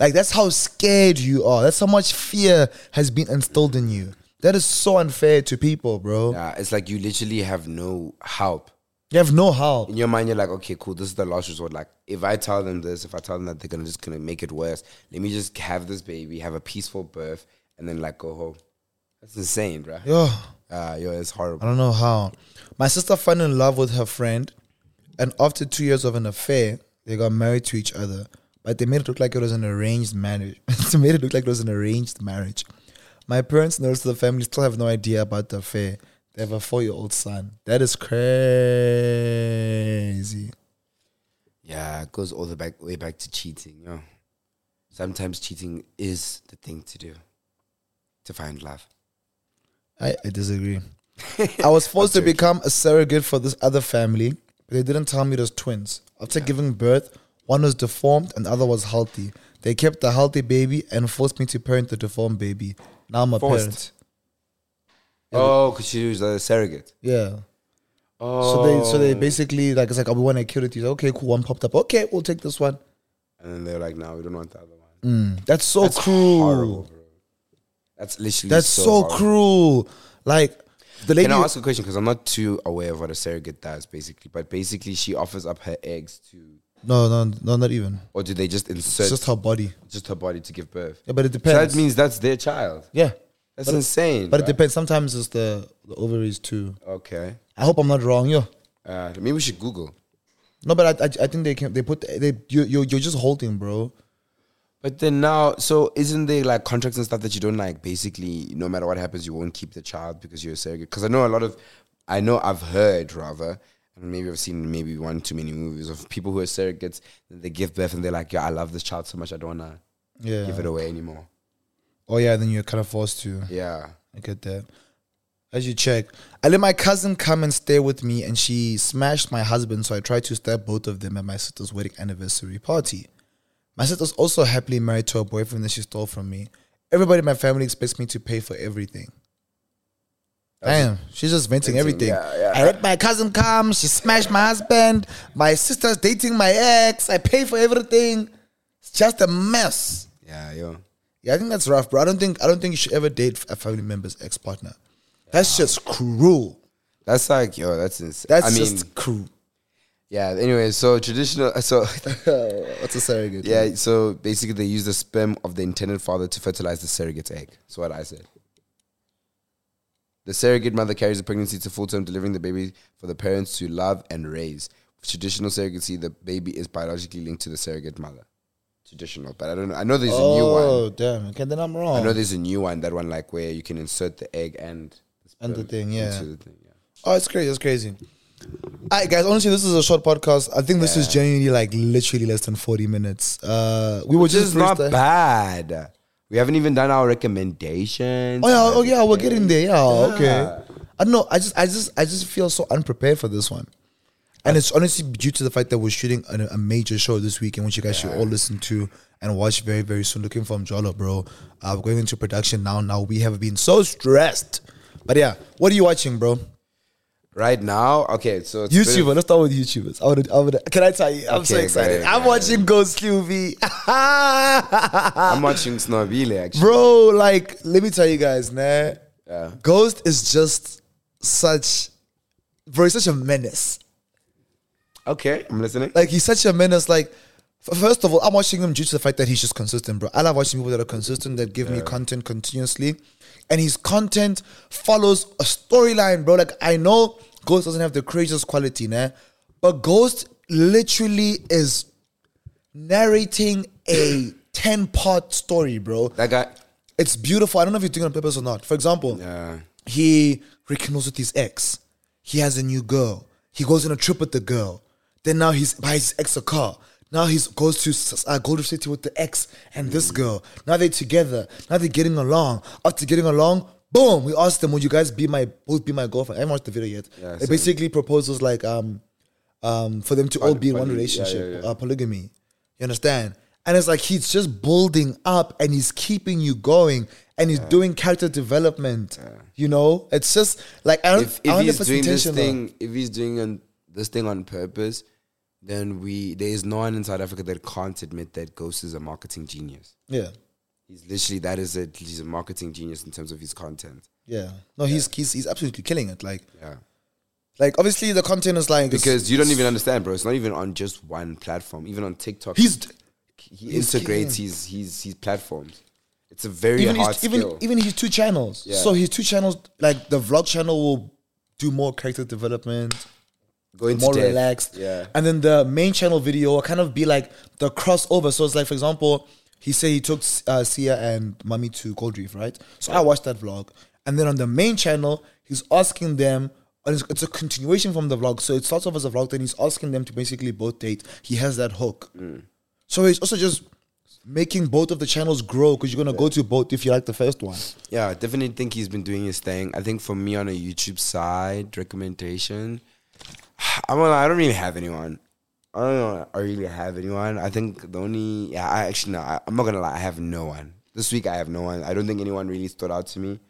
S1: Like that's how scared you are. That's how much fear has been instilled in you. That is so unfair to people, bro.
S2: Yeah, it's like you literally have no help.
S1: You have no help.
S2: in your mind you're like okay cool this is the last resort like if i tell them this if i tell them that they're gonna just gonna make it worse let me just have this baby have a peaceful birth and then like go home that's insane bro
S1: Yo,
S2: uh yo it's
S1: I
S2: horrible
S1: don't know how. My sister fell in love with her friend, and after two years of an affair, they got married to each other. But they made it look like it was an arranged marriage. they made it look like it was an arranged marriage. My parents and the rest of the family still have no idea about the affair. They have a four-year-old son. That is crazy.
S2: yeah it goes all the back way back to cheating yo sometimes cheating is the thing to do to find love
S1: I, I disagree. I was forced to become a surrogate for this other family, but they didn't tell me it was twins. After giving birth, one was deformed and the other was healthy. They kept the healthy baby and forced me to parent the deformed baby. Now I'm a
S2: Forced.
S1: parent.
S2: oh because she was a surrogate
S1: Yeah.
S2: oh
S1: So they so they basically like it's like oh, we want to kill it. He's like, okay, cool. One popped up. Okay, we'll take this one.
S2: and then they're like no we don't want the other one
S1: Mm, That's so cruel.
S2: horrible bro that's literally
S1: That's
S2: so,
S1: so,
S2: horrible.
S1: cruel. Like the lady.
S2: Can I ask a question? Because I'm not too aware of what a surrogate does, basically. But basically, she offers up her eggs to,
S1: no, no, no, not even.
S2: or do they just insert
S1: It's
S2: just,
S1: just her body.
S2: her body to give birth?
S1: Yeah, but it
S2: So
S1: depends.
S2: that means that's their child.
S1: yeah.
S2: That's insane.
S1: But it
S2: bruh.
S1: depends. Sometimes it's the, the ovaries too.
S2: Okay.
S1: I hope I'm not wrong, yo.
S2: Uh, maybe we should Google.
S1: No, but I, I, I think they can. They put they you you you're just holding, bro.
S2: But then now, so isn't there like contracts and stuff that you don't like? Basically, no matter what happens, you won't keep the child because you're a surrogate. Because I know a lot of, I know I've heard rather, and maybe I've seen maybe one too many movies of people who are surrogates. They give birth and they're like, "Yeah, I love this child so much, I don't wanna
S1: Yeah.
S2: give it away anymore."
S1: Oh yeah, then you're kind of forced to.
S2: Yeah.
S1: I get that. As you check, I let my cousin come and stay with me, and she smashed my husband. So I tried to stab both of them at my sister's wedding anniversary party. My sister's also happily married to a boyfriend that she stole from me. Everybody in my family expects me to pay for everything. Damn, she's just venting,
S2: venting,
S1: everything.
S2: yeah, yeah.
S1: I let my cousin come. She smashed my husband. My sister's dating my ex. I pay for everything. It's just a mess.
S2: Yeah, yo.
S1: Yeah, I think that's rough, bro. I don't think I don't think you should ever date a family member's ex partner. That's just cruel.
S2: That's like, yo, that's insane.
S1: That's
S2: I mean,
S1: just cruel.
S2: yeah. Anyway, so traditional, so
S1: What's a surrogate?
S2: yeah, so basically they use the sperm of the intended father to fertilize the surrogate egg. That's what I said. The surrogate mother carries the pregnancy to full term, delivering the baby for the parents to love and raise. With traditional surrogacy, the baby is biologically linked to the surrogate mother. Traditional, but I don't know. I know there's a new one.
S1: Oh damn. Okay, then I'm
S2: I know
S1: wrong.
S2: there's a new one. That one, like where you can insert the egg and the
S1: And the
S2: sperm
S1: thing, yeah.
S2: into the thing, yeah.
S1: Oh, it's crazy. It's crazy. All right, guys. Honestly, this is a short podcast. I think this is genuinely like literally less than forty minutes. Uh, we were
S2: Which
S1: just
S2: is not
S1: freestyle-
S2: bad. We haven't even done our recommendations.
S1: Oh yeah, oh
S2: and
S1: yeah, we're getting there. Yeah,
S2: Yeah.
S1: okay. I don't know. I just, I just, I just feel so unprepared for this one, and it's honestly due to the fact that we're shooting an, a major show this weekend, which you guys should all listen to and watch very, very soon. Looking from Jolo, bro. Uh, we're going into production now. Now we have been so stressed, but yeah. What are you watching, bro?
S2: Right now, okay, so it's been-
S1: YouTuber. Let's start with YouTubers. I would, I would. Can I tell you? I'm so
S2: Okay,
S1: excited.
S2: great,
S1: I'm
S2: great.
S1: watching Ghost QB.
S2: I'm watching Snobile actually.
S1: bro like let me tell you guys nah
S2: Yeah.
S1: ghost is just such bro he's such a menace
S2: Okay, I'm listening.
S1: like he's such a menace like f- first of all i'm watching him due to the fact that he's just consistent bro i love watching people that are consistent that give me content continuously and his content follows a storyline bro like i know ghost doesn't have the craziest quality nah but ghost literally is narrating a 10 part story bro
S2: that guy.
S1: it's beautiful. I don't know if you're doing it on purpose or not. For example,
S2: Yeah.
S1: he rekindles with his ex. He has a new girl. He goes on a trip with the girl. Then now he's buys his ex a car. Now he goes to s- uh, Golden City with the ex and this
S2: Mm.
S1: girl. Now they're together. Now they're getting along. After getting along, boom, we asked them, "Would you guys be my both be my girlfriend?" I haven't watched the video yet.
S2: Yeah,
S1: it
S2: same.
S1: basically proposes like um um for them to all be in one
S2: poly- yeah,
S1: relationship,
S2: yeah, yeah.
S1: Uh, polygamy. You understand? And it's like he's just building up and he's keeping you going and he's doing character development. You know, it's just like I don't.
S2: If, if
S1: I
S2: he's
S1: it's
S2: doing this
S1: intentional.
S2: thing, if he's doing an, this thing on purpose, then we there is no one in South Africa that can't admit that Ghost is a marketing genius.
S1: yeah,
S2: He's literally that is it. He's a marketing genius in terms of his content.
S1: yeah. No, he's he's he's absolutely killing it. Like
S2: Yeah.
S1: like obviously the content is like it's-
S2: Because you don't even understand, bro. It's not even on just one platform. Even on TikTok,
S1: he's
S2: he
S1: he's
S2: integrates his his his platforms. It's a very
S1: even
S2: hard
S1: his, even
S2: skill.
S1: even his two channels.
S2: Yeah.
S1: So his two channels, like the vlog channel, will do more character development.
S2: Go into
S1: more
S2: depth.
S1: relaxed.
S2: Yeah.
S1: And then the main channel video will kind of be like the crossover. So it's like, for example, he said he took uh, Sia and Mummy to Gold Reef, right? So I watched that vlog. And then on the main channel, he's asking them, and it's, it's a continuation from the vlog. So it starts off as a vlog, then he's asking them to basically both date. He has that hook.
S2: Mm.
S1: So he's also just making both of the channels grow because you're going to go to both if you like the first one.
S2: Yeah, I definitely think he's been doing his thing. I think for me on a YouTube side recommendation, I'm gonna, I don't really have anyone. I don't know. I really have anyone. I think the only yeah, I actually no. I, I'm not gonna lie. I have no one this week. I have no one. I don't think anyone really stood out to me.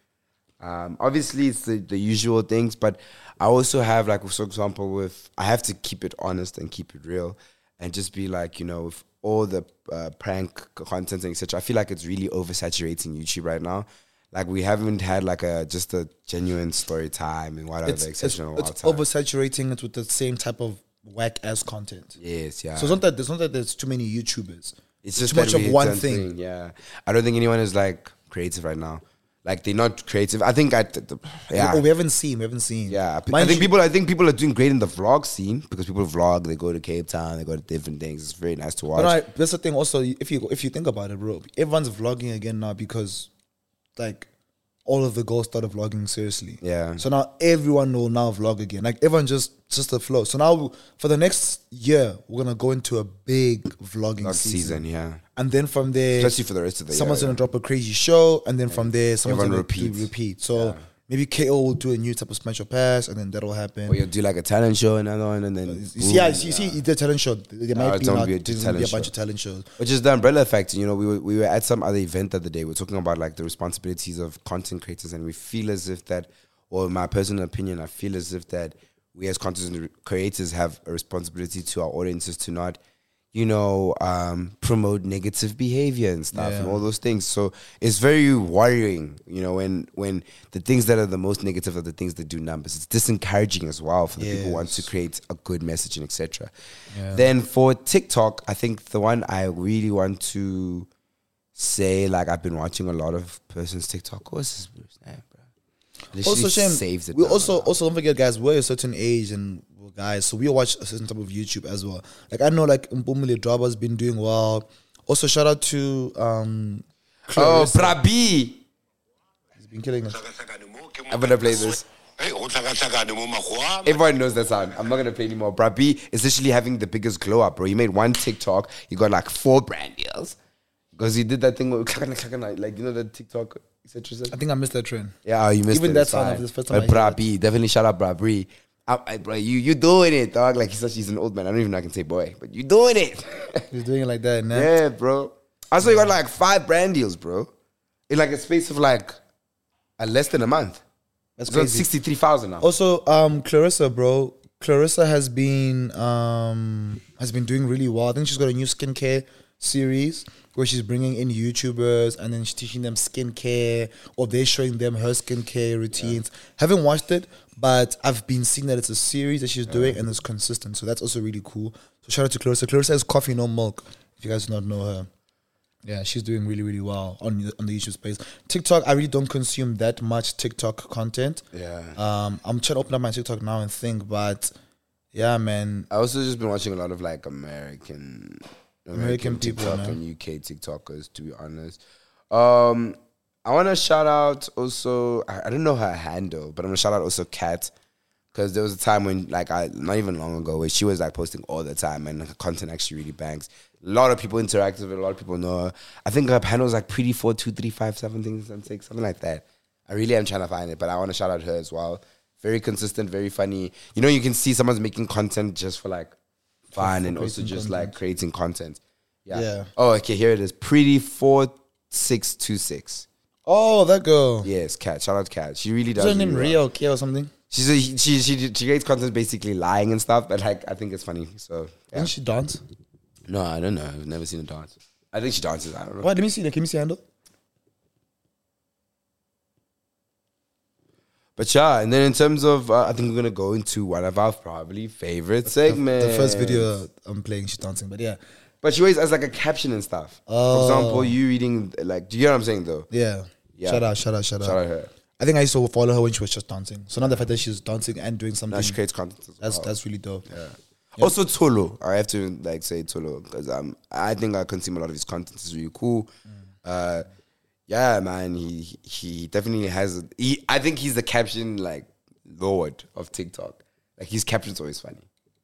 S2: Um, obviously, it's the, the usual things, but I also have like, for example, with I have to keep it honest and keep it real, and just be like, you know, with all the uh, prank content and etc. I feel like it's really oversaturating YouTube right now. Like we haven't had like a just a genuine story time and whatever
S1: It's, it's, it's
S2: exceptional wild time.
S1: oversaturating it with the same type of whack ass content.
S2: yes, yeah.
S1: So it's not that it's not that there's too many YouTubers.
S2: It's just
S1: too much
S2: that
S1: of
S2: we-
S1: one
S2: it's
S1: thing.
S2: Yeah, I don't think anyone is like creative right now. Like they're not creative. I think I, th- th- yeah,
S1: Oh, we haven't seen. We haven't seen.
S2: yeah. I
S1: Mind
S2: think
S1: you-
S2: people. I think people are doing great in the vlog scene because people vlog. They go to Cape Town. They go to different things. It's very nice to watch.
S1: But I, that's the thing. Also, if you if you think about it, bro, everyone's vlogging again now because, like, all of the girls started vlogging seriously.
S2: Yeah.
S1: So now everyone will now vlog again. Like everyone just just the flow. So now for the next year, we're gonna go into a big vlogging
S2: Vlog
S1: season.
S2: season, yeah.
S1: and then from there,
S2: Especially for the rest of the
S1: someone's
S2: year.
S1: gonna drop a crazy show, and then from there, someone's
S2: Everyone
S1: gonna do
S2: repeats.
S1: repeat. So maybe KO will do a new type of smash or pass, and then that'll happen.
S2: Or you'll do like a talent show, another one, and then
S1: You see, yeah, you see, you did talent show. There
S2: No,
S1: might
S2: it's
S1: be
S2: gonna
S1: not
S2: be a
S1: there's gonna
S2: talent
S1: be a bunch
S2: show.
S1: of talent shows.
S2: which is the umbrella effect. You know, we were, we were at some other event the other day. We are talking about like the responsibilities of content creators, and we feel as if that, or in my personal opinion, I feel as if that we as content creators have a responsibility to our audiences to not, you know, um, promote negative behavior and stuff and all those things. So it's very worrying, you know, when when the things that are the most negative are the things that do numbers. It's disencouraging as well for the people who want to create a good message and etc. Then for TikTok, I think the one I really want to say, like I've been watching a lot of persons TikTok courses, bro. Snap, bro. Literally
S1: Also, Shem,
S2: saves it.
S1: we
S2: now,
S1: also
S2: bro.
S1: also don't forget, guys. We're a certain age and we're guys, so we watch a certain type of YouTube as well. Like I know, like Mpumile Draba has been doing well. Also, shout out to um,
S2: oh
S1: Clarissa.
S2: Brabi.
S1: he's been killing us.
S2: I'm gonna play this. Everyone knows that sound. I'm not gonna play anymore. Brabi is literally having the biggest glow up, bro. He made one TikTok. He got like four brand deals. Because he did that thing with like you know that TikTok, etc. Et
S1: I
S2: cetera.
S1: think I missed that train.
S2: yeah, oh, you missed
S1: Even
S2: it.
S1: that's
S2: Sorry.
S1: one of the first time
S2: But
S1: I hear
S2: bruh, B, definitely shout out, bruh, Bree. I, I, bro, you you doing it, dog? Like he's such he's an old man. I don't even know if I can say boy, but you doing it.
S1: He's doing it like that, man.
S2: yeah, bro. Also, you got like five brand deals, bro. In like a space of like uh, less than a month.
S1: That's
S2: It's on
S1: crazy.
S2: sixty three thousand now.
S1: Also, um, Clarissa, bro. Clarissa has been um has been doing really well. I think she's got a new skincare series where she's bringing in YouTubers and then she's teaching them skincare or they're showing them her skincare routines. Haven't watched it, but I've been seeing that it's a series that she's doing and it's consistent. So that's also really cool. So shout out to Clarissa. Clarissa has coffee, no milk. If you guys do not know her. Yeah, she's doing really, really well on the- on the YouTube space. TikTok, I really don't consume that much TikTok content.
S2: Yeah.
S1: Um, I'm trying to open up my TikTok now and think, but yeah, man.
S2: I also just been watching a lot of like American
S1: American people,
S2: TikTok
S1: man.
S2: and UK TikTokers to be honest. Um I wanna shout out also I, I don't know her handle, but I'm gonna shout out also Kat. Cause there was a time when like I not even long ago where she was like posting all the time and her content actually really bangs. A lot of people interact with it, a lot of people know her. I think her handle's like pretty four two three five seven things and six, something like that. I really am trying to find it, but I wanna shout out her as well. Very consistent, very funny. You know, you can see someone's making content just for like fun and also
S1: creating
S2: just like creating content. Yeah.
S1: Yeah.
S2: Oh, okay. Here it is. Pretty four six two six.
S1: Oh, that girl.
S2: Yes, Cat. Shout out Cat. She really does.
S1: Is her name
S2: really
S1: Ria
S2: well.
S1: or Kia or something?
S2: She's a, she she she creates content basically lying and stuff, but like I think it's funny. So yeah.
S1: Didn't she dance?
S2: no, I don't know. I've never seen her dance. I think she dances. I don't know.
S1: Wait, let me see. Like, let me see handle.
S2: But yeah, and then in terms of, uh, I think we're gonna go into one of our probably favorite segments.
S1: The first video I'm playing, she's dancing. But yeah,
S2: But she always has like a caption and stuff.
S1: Oh.
S2: For example, you reading like, do you know what I'm saying though?
S1: yeah.
S2: Yeah.
S1: Shout out, shout out, shout out.
S2: Shout out her.
S1: I think I used to follow her when she was just dancing. So now the fact that she's dancing and doing
S2: Now
S1: something,
S2: she creates content. As
S1: that's
S2: well.
S1: that's really dope.
S2: Also Tolo, I have to like say Tolo because um I think I consume a lot of his content. It's really cool.
S1: Mm.
S2: Uh, yeah, man, he he definitely has. He I think he's the caption like lord of TikTok. Like his captions always funny.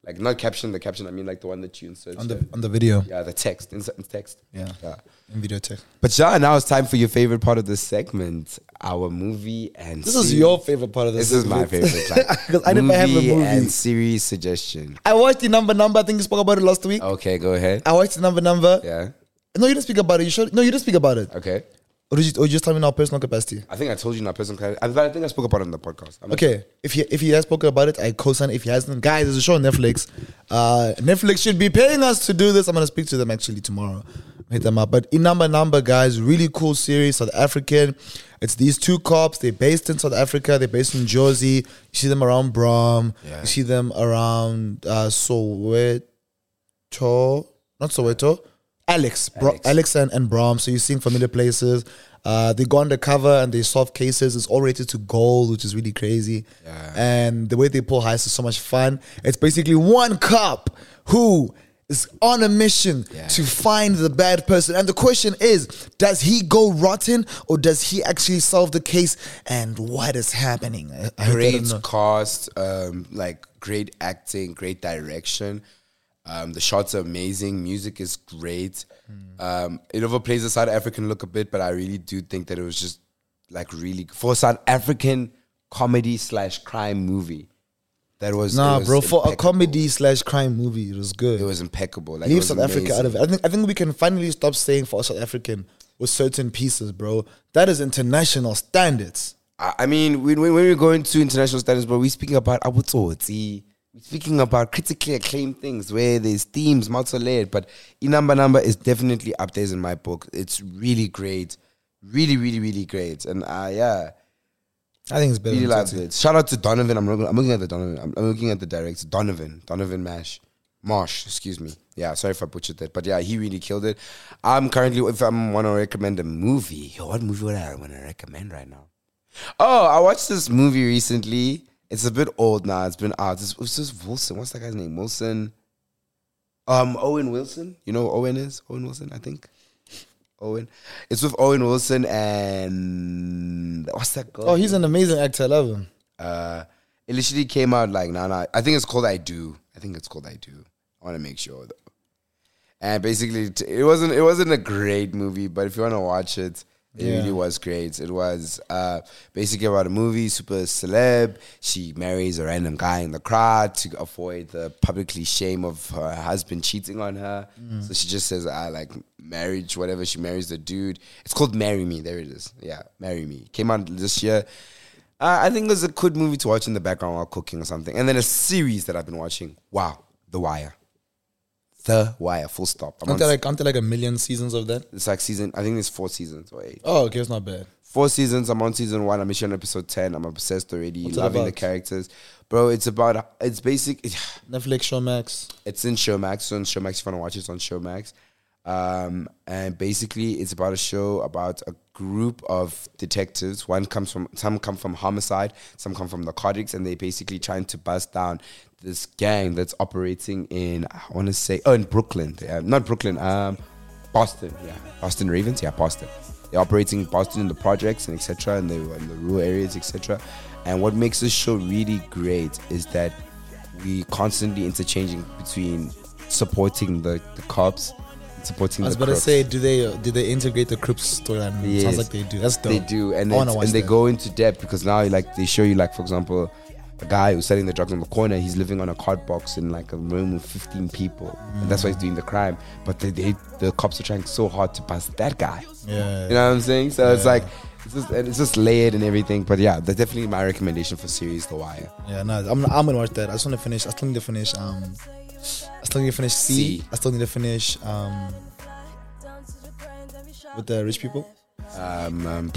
S2: Like not caption the caption. I mean like the one that you insert. uh,
S1: On the on the video,
S2: yeah, the text insert text.
S1: yeah,
S2: Yeah.
S1: in video tech.
S2: But yeah, now it's time for your favorite part of the segment, our movie and
S1: This is
S2: series-
S1: your favorite part of
S2: This is my favorite. like,
S1: because I never have a movie.
S2: and series suggestion.
S1: I watched the number number. I think you spoke about it last week.
S2: Okay, go ahead.
S1: I watched the number number.
S2: Yeah.
S1: No, you didn't speak about it. You should. No, you didn't speak about it.
S2: Okay.
S1: Or, did you, or you just tell me in our personal capacity.
S2: I think I told you in our personal class. I, I think I spoke about it on the podcast. I'm
S1: Okay, if he if he has spoken about it, I co-sign. If he hasn't, guys, there's a show on Netflix. Uh, Netflix should be paying us to do this. I'm gonna speak to them actually tomorrow. Hit them up. But Inamba Number, guys, really cool series, South African. It's these two cops. They're based in South Africa. They're based in Jersey. You see them around Brom.
S2: Yeah.
S1: You see them around uh, Soweto. Soweto, not Soweto. Alex, Bro- Alex, and, and Brom. So you're seeing familiar places. Uh, they go undercover and they solve cases. It's all rated to gold, which is really crazy.
S2: Yeah.
S1: And the way they pull heists is so much fun. It's basically one cop who is on a mission
S2: Yeah.
S1: to find the bad person. And the question is, does he go rotten or does he actually solve the case? And what is happening? I- I
S2: great
S1: don't know.
S2: cast, um, like great acting, great direction. Um, the shots are amazing. Music is great.
S1: Hmm.
S2: Um, it overplays the South African look a bit, but I really do think that it was just like really for a South African comedy slash crime movie. That was it
S1: Nah,
S2: was
S1: bro, for a
S2: impeccable.
S1: comedy slash crime movie, it was good.
S2: It was impeccable. Like, it
S1: leave
S2: was
S1: South
S2: amazing.
S1: Africa out of it. I think I think we can finally stop saying for South African with certain pieces, bro. That is international standards.
S2: I I mean, when, when, when we're going to international standards, but we're speaking about Abutsotsi. We're speaking about critically acclaimed things where there's themes, multi-layered. But Inamba Number is definitely up there in my book. It's really great. Really, really, really great. And uh, yeah,
S1: I think it's better.
S2: really
S1: than
S2: loved
S1: Tsotsi.
S2: it. Shout out to Donovan. I'm, looking- I'm looking at the Donovan. I'm, I'm looking at the director. Donovan. Donovan Mash. Marsh, excuse me. Yeah, sorry if I butchered that. But yeah, he really killed it. I'm currently, if I am want to recommend a movie, yo, what movie would I want to recommend right now? Oh, I watched this movie recently. It's a bit old now. It's been out. It's, it's just Wilson. What's that guy's name? Wilson. Um, Owen Wilson. You know who Owen is? Owen Wilson, I think. Owen. It's with Owen Wilson and what's that girl?
S1: Oh, he's an amazing actor. I love him.
S2: uh, it literally came out like nah nah. I think it's called I Do. I think it's called I Do. I want to make sure though. And basically, t- it wasn't it wasn't a great movie, but if you want to watch it, it
S1: Yeah.
S2: really was great. It was uh, basically about a movie super celeb. She marries a random guy in the crowd to avoid the publicly shame of her husband cheating on her. So she just says, "I like marriage, whatever." She marries the dude. It's called "Marry Me." There it is. Yeah, "Marry Me" came out this year. Uh, I think it was a good movie to watch in the background while cooking or something. And then a series that I've been watching. Wow, The Wire. The Wire. Full stop. I'm on
S1: Aren't there, like, aren't there like a million seasons of that?
S2: it's like season. I think there's four seasons or eight.
S1: Oh, okay, it's not bad.
S2: Four seasons. I'm on season one. I'm actually on episode ten. I'm obsessed already.
S1: What's it
S2: loving the
S1: about?
S2: characters, bro. It's about. It's basic.
S1: Netflix, Showmax.
S2: It's in Showmax. So on Showmax, if you want to watch it, it's on Showmax. Um, and basically, it's about a show about a group of detectives. One comes from some come from homicide, some come from narcotics, and they basically trying to bust down this gang that's operating in I want to say oh in Brooklyn, yeah, not Brooklyn, um, Boston, yeah, Boston Ravens, yeah, Boston. They're operating in Boston in the projects and etc. and they were in the rural areas, etc. And what makes this show really great is that we constantly interchanging between supporting the, the cops and supporting
S1: I was
S2: the
S1: about to
S2: crooks.
S1: say, do they uh, do they integrate the Crips storyline?
S2: Yes.
S1: Sounds like they do. That's dope.
S2: they do and,
S1: I wanna
S2: it's-
S1: watch
S2: and they
S1: that.
S2: go into depth because now like they show you like for example a guy who's selling the drugs on the corner he's living on a card box in like a room with 15 people and that's why he's doing the crime but they, they the cops are trying so hard to bust that guy
S1: Yeah.
S2: you know what i'm saying so it's
S1: Yeah.
S2: like it's just, and it's just layered and everything but yeah that's definitely my recommendation for series the wire
S1: Yeah, no, I'm, I'm gonna watch that. I just want to finish. I still need to finish. Um, I still need to finish C.
S2: C.
S1: I still need to finish um with the rich people
S2: um, um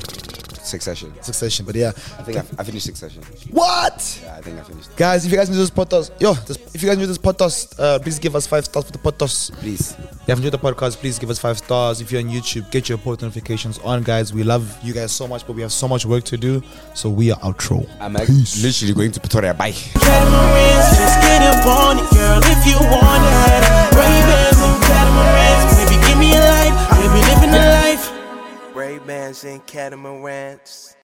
S2: succession
S1: Succession. But yeah,
S2: i think i, I finished succession
S1: what?
S2: yeah i think i finished
S1: Guys, if you guys enjoy this podcast, yo, this, if you guys enjoy this podcast, uh, please give us five stars for the podcast.
S2: please
S1: If you have enjoyed the podcast, please give us five stars. If you're on YouTube, get your post notifications on, guys. We love you guys so much, but we have so much work to do, so we are outro.
S2: I'm like literally going to Pretoria. Bye.
S3: Catamarans, just get up on it, girl, if you want it. Ray Bans and catamarans, baby, give me a light, baby, living a life. Ray Bans and catamarans.